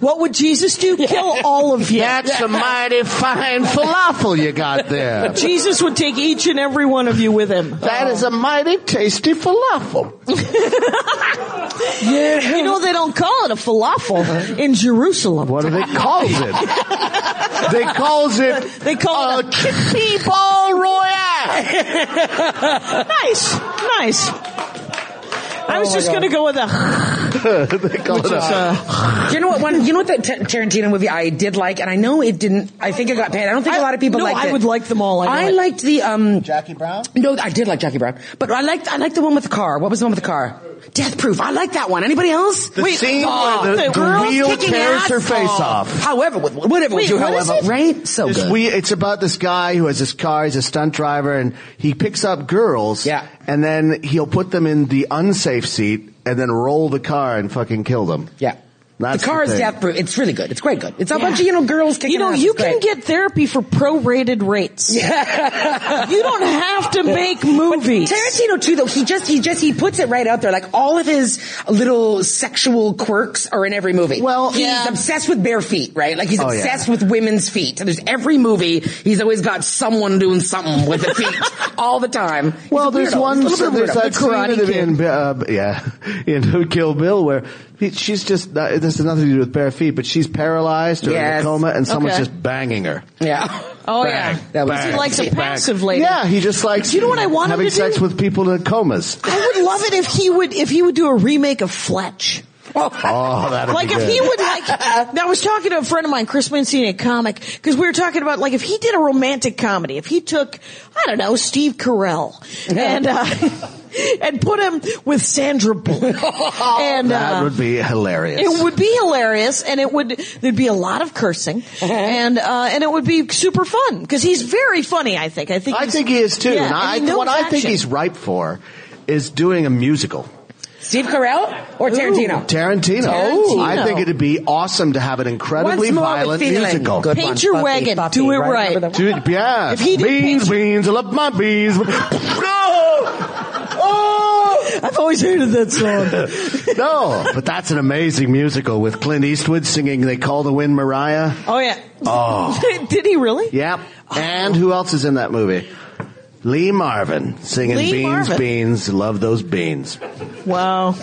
What would Jesus do? Kill all of you.
That's a mighty fine falafel you got there.
Jesus would take each and every one of you with him.
That is a mighty tasty falafel.
You know they don't call it a falafel in Jerusalem.
What do they calls it? They calls it
They call
a
it a-
chickpea ball royale.
Nice, nice. I was
my
just
God.
gonna go with a.
they call it a
You know what one? You know what that Ta- Tarantino movie I did like, and I know it didn't. I think it got panned. I don't think a lot of people
no,
liked
I
it.
would like them all. I, know
I
it.
liked the um.
Jackie Brown?
No, I did like Jackie Brown, but I liked I liked the one with the car. What was the one with the car? Death Proof. I like that one. Anybody else?
The scene
oh,
where the,
the
the
girl's
wheel
kicking
tears
ass?
her face
Oh.
off.
However, with- whatever we
Wait,
do,
what is
however,
it?
right? So
It's,
good.
we, it's about this guy who has this car. He's a stunt driver, and he picks up girls.
Yeah.
And then he'll put them in the unsafe seat, and then roll the car and fucking kill them.
yeah.
That's
the car
the
is
thing.
death proof. It's really good. It's quite good. It's a bunch of you know girls kicking.
You know,
ass.
you
It's
can
great.
get therapy for prorated rates. you don't have to make movies.
Tarantino too, though he just he just he puts it right out there. Like all of his little sexual quirks are in every movie.
Well,
he's
yeah.
obsessed with bare feet, right? Like he's
Oh, yeah.
obsessed with women's feet. And there's every movie he's always got someone doing something with the feet all the time. He's
Well,
a
there's
weirdo.
one.
He's a little bit
there's
of a
that
weirdo.
scene
The Karate Kid.
in, in uh, yeah, in Who Killed Bill where he, she's just not, this has nothing to do with bare feet, but she's paralyzed or in
Yes.
a coma, and someone's
Okay.
just banging her.
Yeah.
Oh, yeah.
That was
He likes a passive lady.
Yeah, he just likes.
You know what I want him
having
to
sex
do?
with people in comas.
I would love it if he would if he would do a remake of Fletch.
Oh, that
Like
be
if
good.
he would like, I was talking to a friend of mine, Chris Mancini, a comic, because we were talking about like if he did a romantic comedy, if he took, I don't know, Steve Carell and uh, and put him with Sandra Bullock, and
that
uh,
would be hilarious.
it would be hilarious, and it would there'd be a lot of cursing,
Uh-huh.
and uh, and it would be super fun because he's very funny. I think. I think.
I
he's-
think he is too.
Yeah,
and I,
he knows
what I think
action.
he's ripe for is doing a musical.
Steve Carell or Tarantino?
Tarantino.
Tarantino.
I think it'd be awesome to have an incredibly
Once more with
violent
feeling.
musical.
Good
Paint
one.
your
Buffy,
wagon.
Buffy,
Do it
right?
right.
Remember that
Dude, yeah.
If he did
beans,
paint-
beans, I love my beans. no! Oh!
I've always hated that song.
no, but that's an amazing musical with Clint Eastwood singing They Call the Wind Mariah.
Oh yeah. Oh. Did he really?
Yep. And who else is in that movie? Lee Marvin singing
Lee
Beans,
Marvin.
Beans, love those beans.
Wow.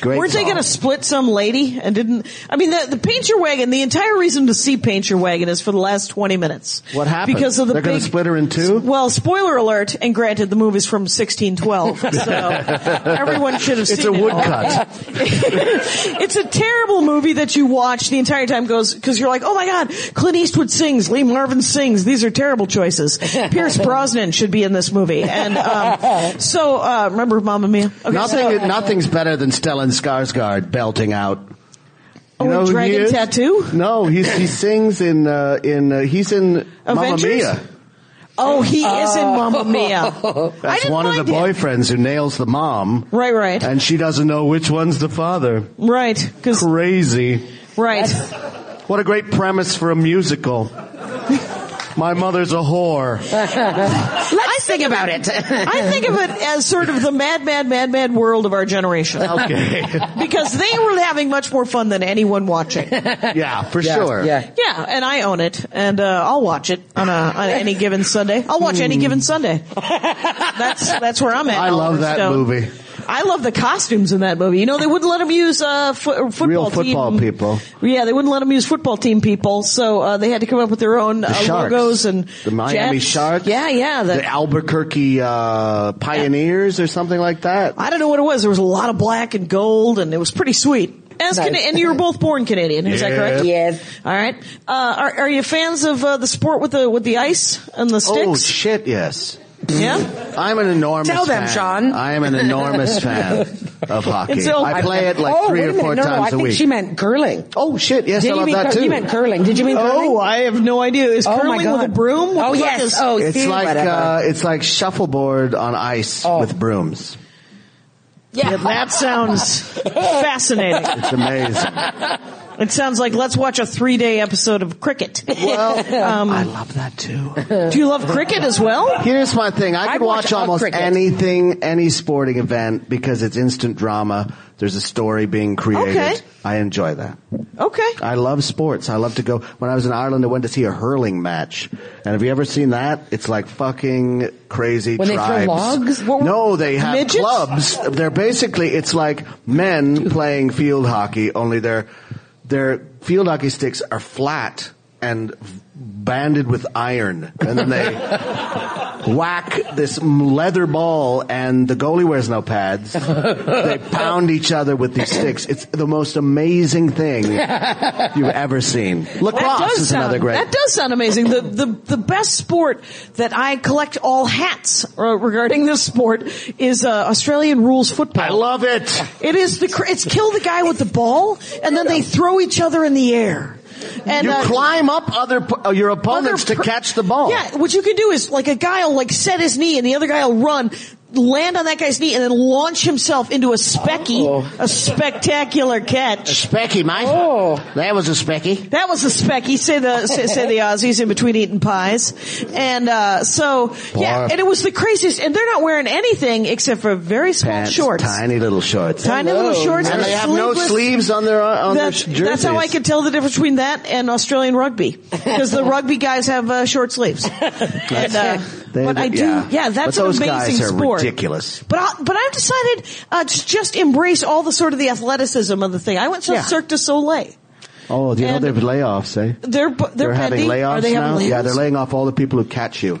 Great
Weren't they
song.
going to split some lady and didn't? I mean, the, the paint your wagon. The entire reason to see paint your wagon is for the last twenty minutes.
What happened?
Because of the
They're gonna
big-
split her in two?
Well, spoiler alert. And granted, the movie's from 1612, so everyone should have seen
It's a
it.
woodcut.
it's a terrible movie that you watch the entire time goes because you're like, oh my god, Clint Eastwood sings, Lee Marvin sings. These are terrible choices. Pierce Brosnan should be in this movie. And um, so uh, remember Mamma Mia. Okay, so-
Nothing, nothing's better than Stellan Skarsgård belting out.
Oh, in
who he
Dragon
is?
Tattoo?
No, he's, he sings in uh, in uh, he's in Mamma
Avengers?
Mia.
Oh, he is in Mamma Mia. I
That's
didn't
one of the
mind it.
boyfriends who nails the mom,
Right, right,
and she doesn't know which one's the father.
right. Because
Crazy!
right,
What a great premise for a musical. My mother's a whore.
Let's think about it.
I think of it as sort of the mad, mad, mad, mad world of our generation.
Okay,
Because they were having much more fun than anyone watching.
yeah, for
Yeah,
sure.
Yeah.
Yeah, and I own it, and uh, I'll watch it on, a, on any given Sunday. I'll watch any given Sunday. That's that's where I'm at.
Hmm. I love
Oliver
that
Stone.
movie.
I love the costumes in that movie. You know, they wouldn't let them use uh, fo- football
Real football
team-
people.
Yeah, they wouldn't let them use football team people, so uh, they had to come up with their own uh,
Sharks.
logos and
the Miami
jets.
Sharks.
Yeah, yeah.
uh,
The,
The,
Albuquerque uh, Pioneers or something like that.
Uh,
I don't know what it was. There was a lot of black and gold, and it was pretty sweet. As
Nice.
Cana- and you were both born Canadian, is that
Yeah.
correct?
Yes.
All right. Uh, are, are you fans of uh, the sport with the with the ice and the
Oh
sticks?
shit! Yes.
yeah.
I'm an enormous
Tell them,
fan.
Sean.
I am an enormous fan of hockey.
It's all-
I play it like
oh,
three
wait
or
a minute.
four
no,
times
no, I
a
think
week.
She meant curling.
oh shit, yes, I
you
love
mean
that
cur-
too.
You meant curling. Did you mean curling?
Oh, I have no idea. Is
Oh, my
curling
God.
with a broom? What
Oh,
the fuck
yes.
is-
Oh,
it's
see,
like
whatever.
uh, it's like shuffleboard on ice
Oh.
with brooms.
yeah. That sounds fascinating.
It's amazing.
It sounds like let's watch a three day episode of cricket. Well, um,
I love that too.
do you love cricket as well?
Here's my thing. I
I
could
watch
watch,
all
almost
cricket.
anything, any sporting event because it's instant drama. There's a story being created.
Okay.
I enjoy that.
Okay.
I love sports. I love to go. When I was in Ireland, I went to see a hurling match. And have you ever seen that? It's like fucking crazy
When they throw
tribes.
logs? What-
no, they have
Midgets?
clubs. They're basically it's like men playing field hockey, only their their field hockey sticks are flat and banded with iron, and then they whack this leather ball, and the goalie wears no pads. They pound each other with these sticks. It's the most amazing thing you've ever seen. Lacrosse is
sound,
another great.
That does sound amazing. The, the the best sport that I collect all hats uh, regarding this sport is uh, Australian rules football.
I love it.
It is the cr- it's kill the guy with the ball and then they throw each other in the air. And
You
uh,
climb up other p- uh, your
other
opponents
per-
to catch the ball.
Yeah, what you can do is like a guy will like set his knee and the other guy will run, land on that guy's knee and then launch himself into a specky, a spectacular catch.
Specky, mate.
Oh.
That was a specky.
That was a specky. Say the say, say the Aussies in between eating pies, and uh, so yeah,
Boy.
and it was the craziest. And they're not wearing anything except for very small
Pants,
shorts,
Tiny little shorts.
Tiny little shorts,
And
a
they have no
sleeveless-
sleeves on their uh, on their
That's,
sh- jerseys.
that's how I could tell the difference between that and Australian rugby because the rugby guys have uh, short sleeves. And, uh,
They-
but I do,
yeah.
yeah, that's
But those
an amazing
guys are
sport.
ridiculous.
But I, but I've decided uh, to just embrace all the sort of the athleticism of the thing. I went to
Yeah.
Cirque du Soleil.
Oh, do you know
And-
they have layoffs, eh?
They're bu- they're,
They're having
pending.
layoffs
Are they
now.
having
Yeah,
layoffs?
they're laying off all the people who catch you.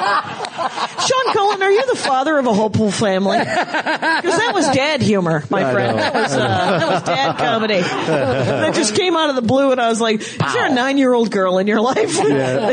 Sean Cohen, are you the father of a hopeful family? Because that was dad humor, my
I
friend.
know.
That was, uh, that was dad comedy. that just came out of the blue, and I was like, "Is there a nine-year-old girl in your life that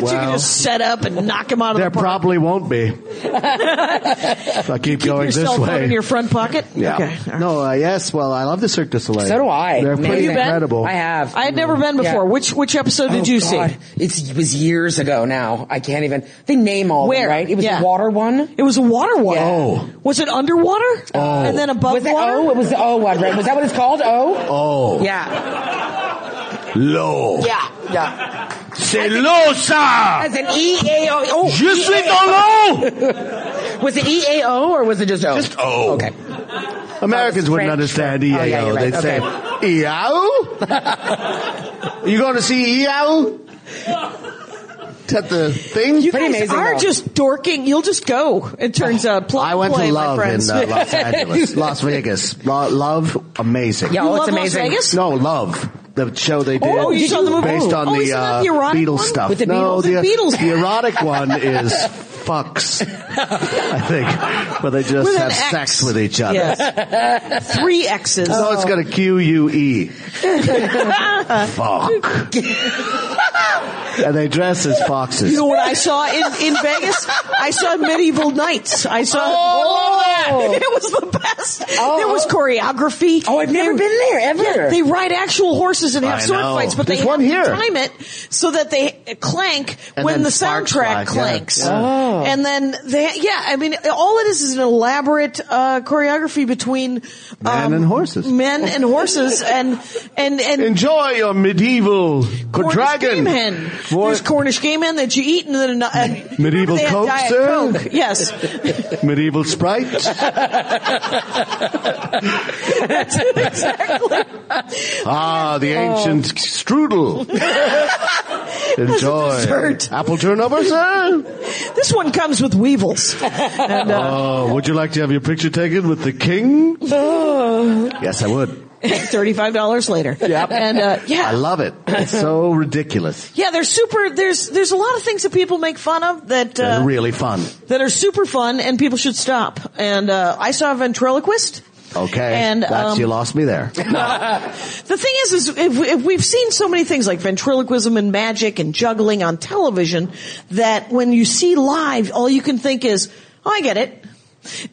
you can
well.
just set up and knock him out of
There
the park?
probably won't be. if I keep,
Keep
going
your
this
cell phone
way.
in your front pocket.
yeah.
Okay. all right.
No, uh, yes. Well, I love the Cirque du Soleil.
So do I.
They're
Man.
pretty
You bet.
incredible.
I have.
I had never been
Yeah.
before. Which which episode did
Oh,
you
God.
see?
It's, it was years ago now. I can't even. They name all of them,
Where?
right? It was
Yeah.
the water one.
It was a water one.
Yeah.
Oh.
Was it underwater? Oh. And then above
was that
water?
O? It was the O one, right? Was that what it's called? O.
Oh,
Yeah.
low.
Yeah. Yeah.
C'est low, ça.
Oh.
As an E A O. Oh,
Je suis dans l'eau.
was it E A O or was it just O?
Just O.
Okay.
Oh. Americans
Oh,
wouldn't
French.
understand
Oh,
EAO.
yeah, you're right.
They'd say, EAO? you going to see E EAO? Is that the thing?
You
Pretty
guys
amazing,
are
though.
just dorking. You'll just go. It turns out. Plug
I
and
went
play,
to
my
Love in
friends.
uh, Los Angeles, Las Vegas. Lo- love, amazing.
Yeah,
You
oh,
love
it's
Las
amazing.
Vegas?
No, Love. The show they did.
Oh, you saw the movie?
based on
Oh,
the,
isn't that
uh,
the erotic
Beatles
one?
stuff.
With the
no,
Beatles?
the,
The Beatles.
the erotic one is fucks. I think, where they just
With an
have
X.
sex with each other.
Yes. Oh, Three X's.
No, it's got a Q U E. Fuck. and they dress as foxes.
You know what I saw in, in Vegas? I saw Medieval Knights. I saw.
Oh,
It was the best.
Oh.
there was choreography.
Oh, I've never
They-
been there, ever.
Yeah, they ride actual horses and have
I
sword
know.
fights, but
There's
they
one
have to
here.
time it so that they clank
And
when
then
the soundtrack
sparks fly, yeah,
clanks.
yeah.
And then they, yeah, I mean, all it is is an elaborate uh, choreography between um,
Men and horses.
men and horses, and and and
Enjoy your medieval
Cornish
dragon.
game hen.
War-
There's Cornish game hen that you eat, and then a, uh,
Medieval
they had
Coke,
Diet
sir?
Coke. Yes,
medieval sprite.
exactly.
ah,
Oh.
the ancient strudel.
dessert.
Enjoy. Apple turnover, sir?
This one comes with weevils. And, uh,
Oh, would you like to have your picture taken with the king? yes, I would.
Thirty-five dollars later.
Uh. Yep.
And uh, yeah,
I love it. It's so ridiculous.
yeah, they're super. There's there's a lot of things that people make fun of that
And
uh,
really fun.
that are super fun, and people should stop. And uh, I saw a ventriloquist.
Okay.
And
That's,
um,
you lost me there.
The thing is, is if, if we've seen so many things like ventriloquism and magic and juggling on television that when you see live, all you can think is, oh, I get it.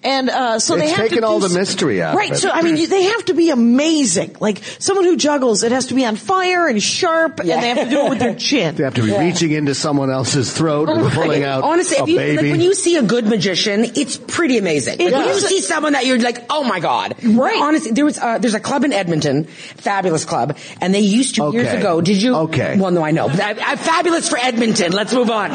And uh, so they
It's
have to
taken
do
all the
s-
mystery out of
Right.
it.
So I mean, you- they have to be amazing. Like someone who juggles, it has to be on fire and sharp,
Yeah.
and they have to do it with their chin.
They have to be reaching into someone else's throat and pulling out
Honestly,
a
if you,
baby.
like when you see a good magician, it's pretty amazing. Like, When you
is.
see someone that you're like, oh my god,
Right.
Honestly, there was uh, there's a club in Edmonton, fabulous club, and they used to years
Okay.
ago. Did you?
Okay.
Well, no, I know. But I, I, fabulous for Edmonton. Let's move on.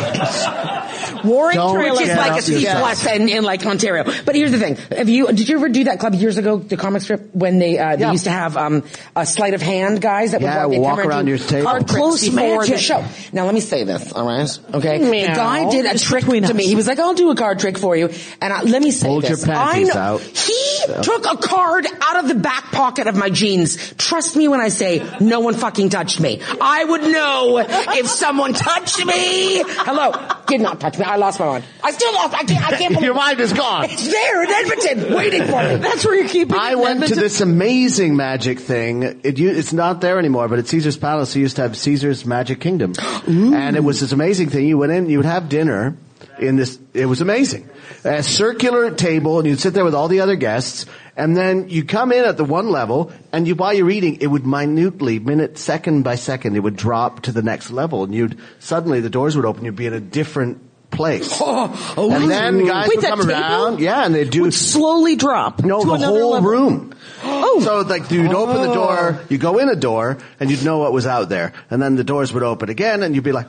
Warren
Don't
Trail is
get
like a
up
C
yourself.
plus in, in like Ontario. But here's the thing: Have you did you ever do that club years ago? The comic strip when they uh, they
Yeah.
used to have um, a sleight of hand guys that
Yeah,
would
walk
they'd come
around
and do
your table.
card tricks
Close
before the
magic.
show. Now let me say this, all right? Okay,
Meow.
the guy did a
Just
trick
between
to
us.
me. He was like, "I'll do a card trick for you," and I, let me say
Hold your
this.
panties
I know,
out.
He took a card out of the back pocket of my jeans. Trust me when I say, no one fucking touched me. I would know if someone touched me. Hello, did not touch me. I lost my mind. I still lost. I can't. I can't believe
Your mind is gone.
It's there in Edmonton, waiting for me.
That's where you keep it.
I went to this amazing magic thing. It, u- it's not there anymore, but at Caesar's Palace, they used to have Caesar's Magic Kingdom. And it was this amazing thing. You went in, you would have dinner in this, it was amazing. A circular table, and you'd sit there with all the other guests, and then you come in at the one level, and you, while you're eating, it would minutely, minute, second by second, it would drop to the next level, and you'd, suddenly the doors would open, you'd be in a different place.
Oh, oh,
and then guys
Wait,
would
that
come
table
around, yeah, and they'd do
would slowly drop.
no,
to
the
another
whole
level.
room.
Oh.
So like you'd open the door, you go in a door, and you'd know what was out there, and then the doors would open again, and you'd be like,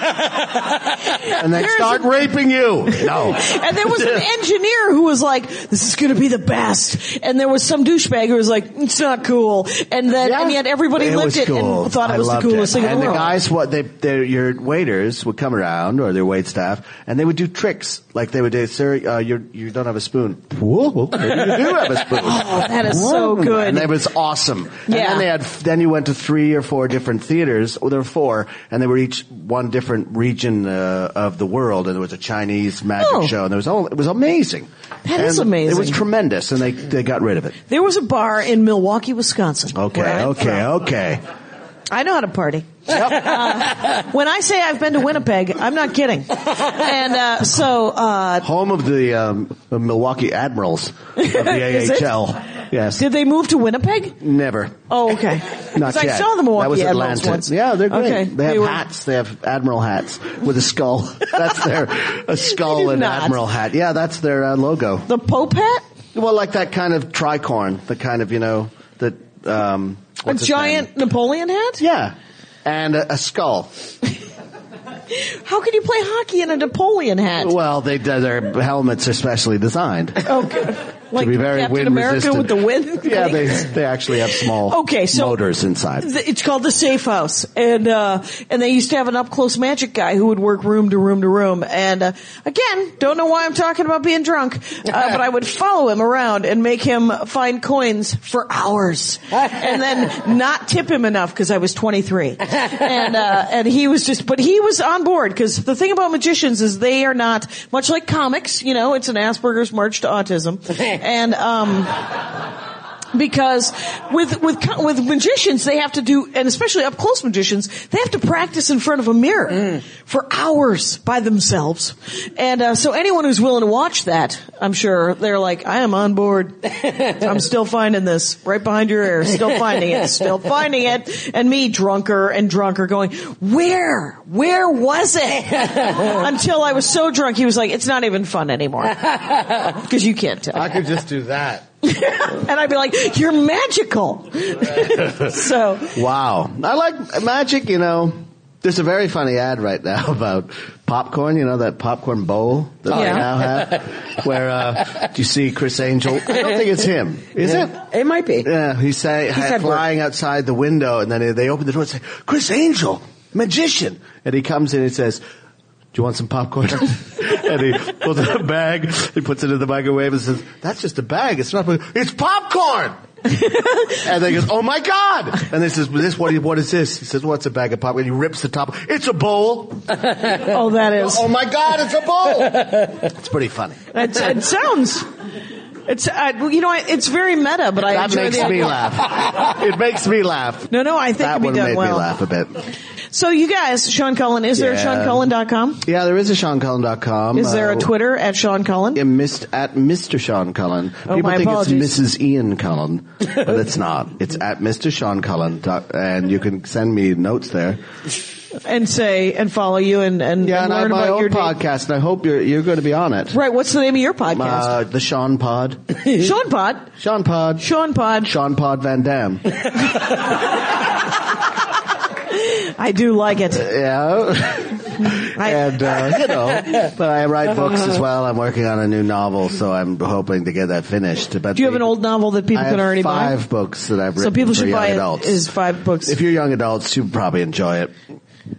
ah! and they'd
There's
start
a-
raping you. No.
And there was an engineer who was like, "This is going to be the best," and there was some douchebag who was like, "It's not cool," and then
Yeah.
and yet everybody
it
lived
was
it
cool.
and thought
I
it was the
loved
coolest thing
and
in the world.
the guys, what they, their, your waiters would come around or their wait staff, and they would do tricks like they would do. Sir, uh, you you don't have a spoon. Whoa, okay, you do have a spoon.
Oh, that is so
Whoa.
good.
And it was awesome. And
Yeah.
then they had. Then you went to three or four different theaters. Well, there were four, and they were each one different region uh, of the world. And there was a Chinese magic
Oh.
show, and there was all. It was amazing.
That
That
is
is
amazing.
It was tremendous, and they they got rid of it.
there was a bar in Milwaukee, Wisconsin.
Okay,
where I'm
okay,
from.
okay.
I know how to party. Uh, when I say I've been to Winnipeg, I'm not kidding. And uh, so uh,
Home of the um, the Milwaukee Admirals of
Is it?
the AHL. Yes.
did they move to Winnipeg?
Never.
Oh, okay.
Not
'Cause
yet.
I saw the Milwaukee
That was
Admirals
Atlanta.
once.
Yeah, they're great.
Okay.
They have
were-
hats. They have admiral hats with a skull. that's their a
They do
skull and
not.
admiral hat. Yeah, that's their uh, logo.
The Pope hat?
Well, like that kind of tricorn, the kind of you know that um,
A
what's its
giant
name?
Napoleon hat?
Yeah, and a, a skull.
How can you play hockey in a Napoleon hat?
Well, they their helmets are specially designed.
Okay. Like
to be very
Captain
wind
America
resistant.
with the wind?
Yeah, they
Like-
they actually have small
Okay, so-
motors inside.
The- It's called the Safe House, and uh, and they used to have an up close magic guy who would work room to room to room. And uh, again, don't know why I'm talking about being drunk, uh, but I would follow him around and make him find coins for hours, and then not tip him enough because I was 23, and uh, and he was just, but he was on board because the thing about magicians is they are not much like comics. You know, it's an Asperger's march to autism, and um because with with co- with magicians they have to do and especially up close magicians they have to practice in front of a mirror for hours by themselves and uh, so anyone who's willing to watch that i'm sure they're like i am on board i'm still finding this right behind your ear still finding it still finding it and me drunker and drunker going where where was it until i was so drunk he was like it's not even fun anymore because you can't tell
I could just do that.
and I'd be like, "You're magical." so
Wow. I like magic, you know. There's a very funny ad right now about popcorn, you know, that popcorn bowl that
Yeah.
they now have, where uh, you see Chris Angel. I don't think it's him. Is it?
It might be.
Yeah, he's say,
said we're-
flying outside the window, and then they open the door and say, Chris Angel, magician. And he comes in and says, do you want some popcorn? and he pulls out a bag, he puts it in the microwave and says, that's just a bag, it's not, it's popcorn! and they goes, oh my god! And they says, this, what, what is this? He says, what's a bag of popcorn? He rips the top, it's a bowl!
oh, that is
Oh my god, it's a bowl! it's pretty funny.
it, it sounds. It's uh, well, you know I- it's very meta, but I
That
enjoy
makes
the
me
idea.
laugh. It makes me laugh.
No, no, I think
that
it'd be
one
done
made
well.
me laugh a bit.
So you guys, Sean Cullen, is there a
Yeah.
SeanCullen.com?
Yeah, there is a SeanCullen.com.
Is there a
Uh,
Twitter at Sean Cullen?
Yeah, mist, at Mr. Sean Cullen.
Oh,
People
my
think
apologies.
it's Mrs. Ian Cullen, but it's not. It's at Mr. Sean Cullen, dot- and you can send me notes there.
And say, and follow you and, and,
Yeah,
and
and, I
learn
have my
about
own
your day.
podcast, and I hope you're you're going to be on it.
Right, what's the name of your podcast?
Uh, the Sean Pod.
Sean Pod.
Sean Pod.
Sean Pod.
Sean Pod Van Dam.
I do like it.
Yeah. and, uh, you know, but I write books as well. I'm working on a new novel, so I'm hoping to get that finished. But
Do you have an old novel that people
I
can
have
already
five
buy?
books that I've written
So people
for
should
young
buy it.
adults.
Is five books.
if you're young adults, you probably enjoy it.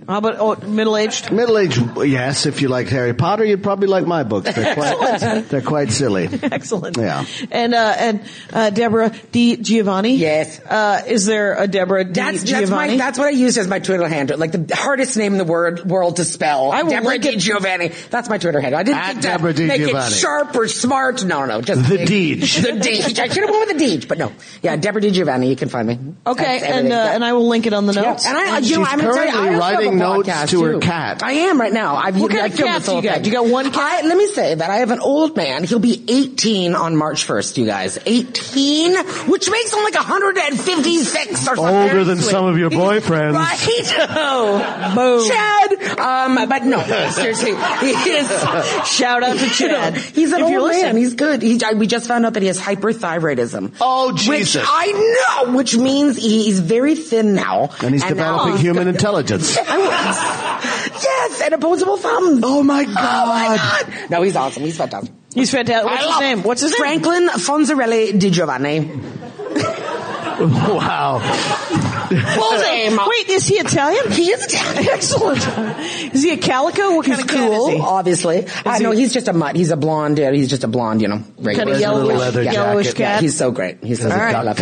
How about oh, middle aged?
Middle age, yes. If you like Harry Potter, you'd probably like my books. They're quite, they're quite silly.
Excellent.
Yeah.
And uh, and uh, Deborah Di Giovanni.
Yes.
Uh, is there a Deborah Di
That's that's
Giovanni?
my that's what I use as my Twitter handle, like the hardest name in the word world to spell.
I will
Deborah
link it-
Di Giovanni. That's my Twitter handle. I didn't
At
think to
Deborah Di
make
Giovanni.
it sharp or smart. No, no, just
The
big.
Deej.
The Deej. I should have went with the Deej, but no. Yeah, Deborah Di Giovanni. You can find me.
okay, and
That's everything.
uh,
Yeah.
and I will link it on the
Yeah,
notes.
and I, uh, you know,
She's
I'm gonna tell you, I
currently
also have a
writing notes
podcast,
to her
too.
cat.
I am right now. I've,
What kind
I
of
filmed
cat
this
do you
whole
got?
thing.
You got one cat?
I, let me say that I have an old man. He'll be 18 on March 1st, you guys. 18, which makes him like 156 or something.
Older than some of your boyfriends.
right? Oh,
Boom.
Chad. Um, but no, seriously, he is.
Shout out to
You know,
Chad.
he's an
If you're
old man.
listening.
He's good. He, I, we just found out that he has hyperthyroidism.
Oh,
Which
Jesus.
I know, which means he's very thin now.
And he's
now
developing
he's
human
good.
intelligence.
I was. Yes, and opposable thumbs.
Oh my
Oh
God.
my God. No, he's awesome. He's fantastic.
He's fantastic. What's
I
his
love
name?
him.
What's his name?
Franklin Fonzarelli Di Giovanni.
wow.
Full name.
Wait, is he Italian?
He is Italian.
Excellent. Is he a calico? What
He's
kind of cat is
cool,
he?
obviously. I
he-
know he's just a mutt. He's a blonde dude. He's just a blonde, you know.
Kind of
regular.
yellow-
yellowish,
leather
yellowish
jacket.
cat.
He's so great. He's so
Has a
great. I love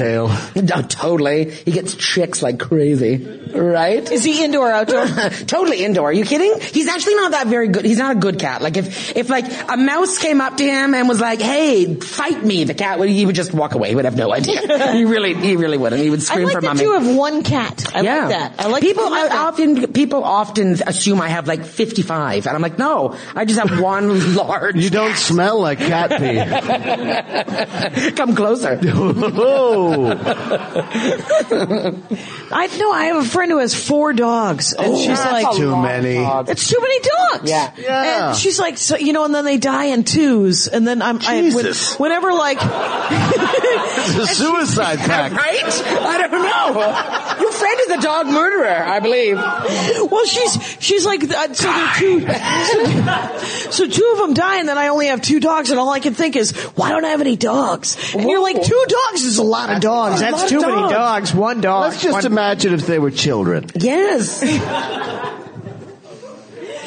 him. No, totally. He gets chicks like crazy, right?
is he indoor or outdoor?
totally indoor. Are you kidding? He's actually not that very good. He's not a good cat. Like if, if like a mouse came up to him and was like, "Hey, fight me," the cat would he would just walk away. He would have no idea. he really, he really wouldn't. He would
I
scream
like
for
that
mommy.
you have one cat. I like that. I like
people.
I like
I
that.
often people often assume I have like fifty five, and I'm like, no, I just have one large.
You don't smell like cat pee.
come closer.
oh.
I know I have a friend who has four dogs, and she's
that's
like,
a Too lot. many.
"It's too many dogs."
Yeah.
Yeah.
And she's like, so, you know, and then they die in twos, and then I'm
Jesus.
I, when, whenever like
It's a suicide pact.
Right? I don't know. Your friend is a dog murderer, I believe.
Well, she's she's like uh, so there are two so, so two of them die, and then I only have two dogs, and all I can think is why don't I have any dogs? And you're like two dogs is a lot of dogs.
That's
That's
a
too
lot of
many dogs. One dog.
Let's just imagine if they were children.
Yes.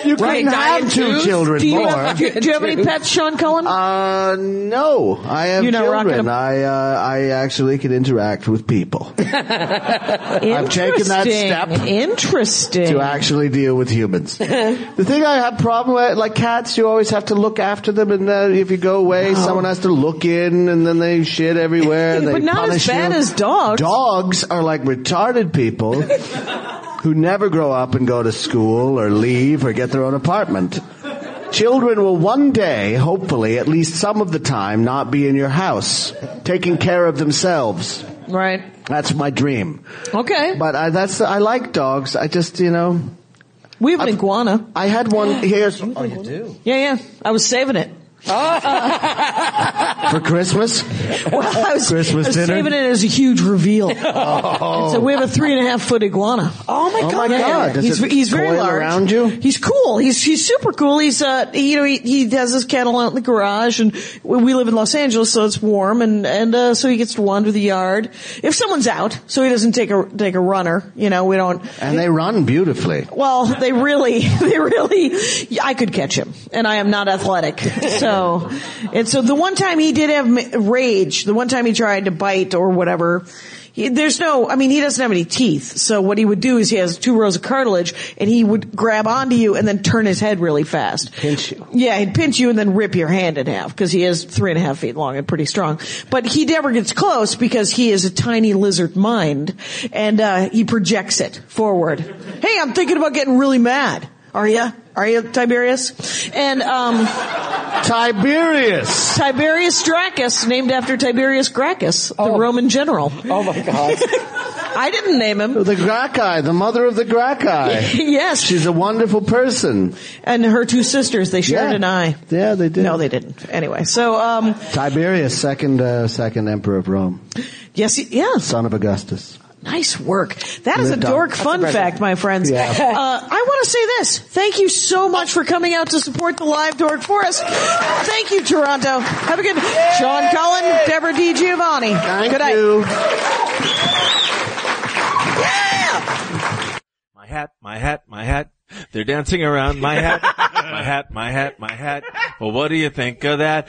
You
Right,
can have
diet
two
juice?
children
do you,
more.
have, do you have any pets, Sean Cullen?
Uh, no, I have
You're not rocking
children.
'em?
I uh, I actually can interact with people I've taken that step.
Interesting. Interesting.
to actually deal with humans. the thing I have problem with, like cats, you always have to look after them, and uh, if you go away, someone has to look in, and then they shit everywhere. and
But
they
not as
punish
bad
you.
as dogs.
Dogs are like retarded people who never grow up and go to school or leave or get their own apartment. Children will one day, hopefully, at least some of the time, not be in your house, taking care of themselves.
Right.
That's my dream.
Okay.
But I, that's I like dogs. I just you know
we have an iguana.
I had one here. Oh, you do
Yeah, yeah. I was saving it.
for Christmas.
Well, I was,
Christmas
I was
dinner?
saving it as a huge reveal. So we have a three and a half foot iguana.
Oh my
Oh my
god.
God. Does
he's
it
he's very
coil
large.
around you?
He's cool. He's he's super cool. He's uh you know he, he has his kennel out in the garage and we, we live in Los Angeles so it's warm and and uh, so he gets to wander the yard if someone's out so he doesn't take a take a runner. You know we don't.
And they run beautifully.
Well, they really, they really, I could catch him, and I am not athletic. So, and so the one time he did have m- rage, the one time he tried to bite or whatever, he- there's no, I mean, he doesn't have any teeth. So what he would do is he has two rows of cartilage and he would grab onto you and then turn his head really fast.
Pinch you.
Yeah, he'd pinch you and then rip your hand in half because he is three and a half feet long and pretty strong. But he never gets close because he is a tiny lizard mind and uh, he projects it forward. Hey, I'm thinking about getting really mad. Are you? Are you Tiberius? And um,
Tiberius.
Tiberius Gracchus, named after Tiberius Gracchus, the Roman general.
Oh my god.
I didn't name him.
The Gracchi, the mother of the Gracchi.
Yes,
She's a wonderful person.
and her two sisters. They shared
Yeah.
an eye.
Yeah, they did.
No, they didn't. Anyway, so um,
Tiberius, second uh, second emperor of Rome,
yes, yes.
son of Augustus.
Nice work. That is a
Lived on-
dork fun fact, my friends.
Yeah.
Uh, I want to say this. Thank you so much for coming out to support the live dork forest. Thank you, Toronto. Have a good Sean Cullen, Deborah D. Giovanni.
Thank
good night.
you.
My hat, my hat, my hat. They're dancing around my hat, my hat, my hat, my hat. Well, what do you think of that?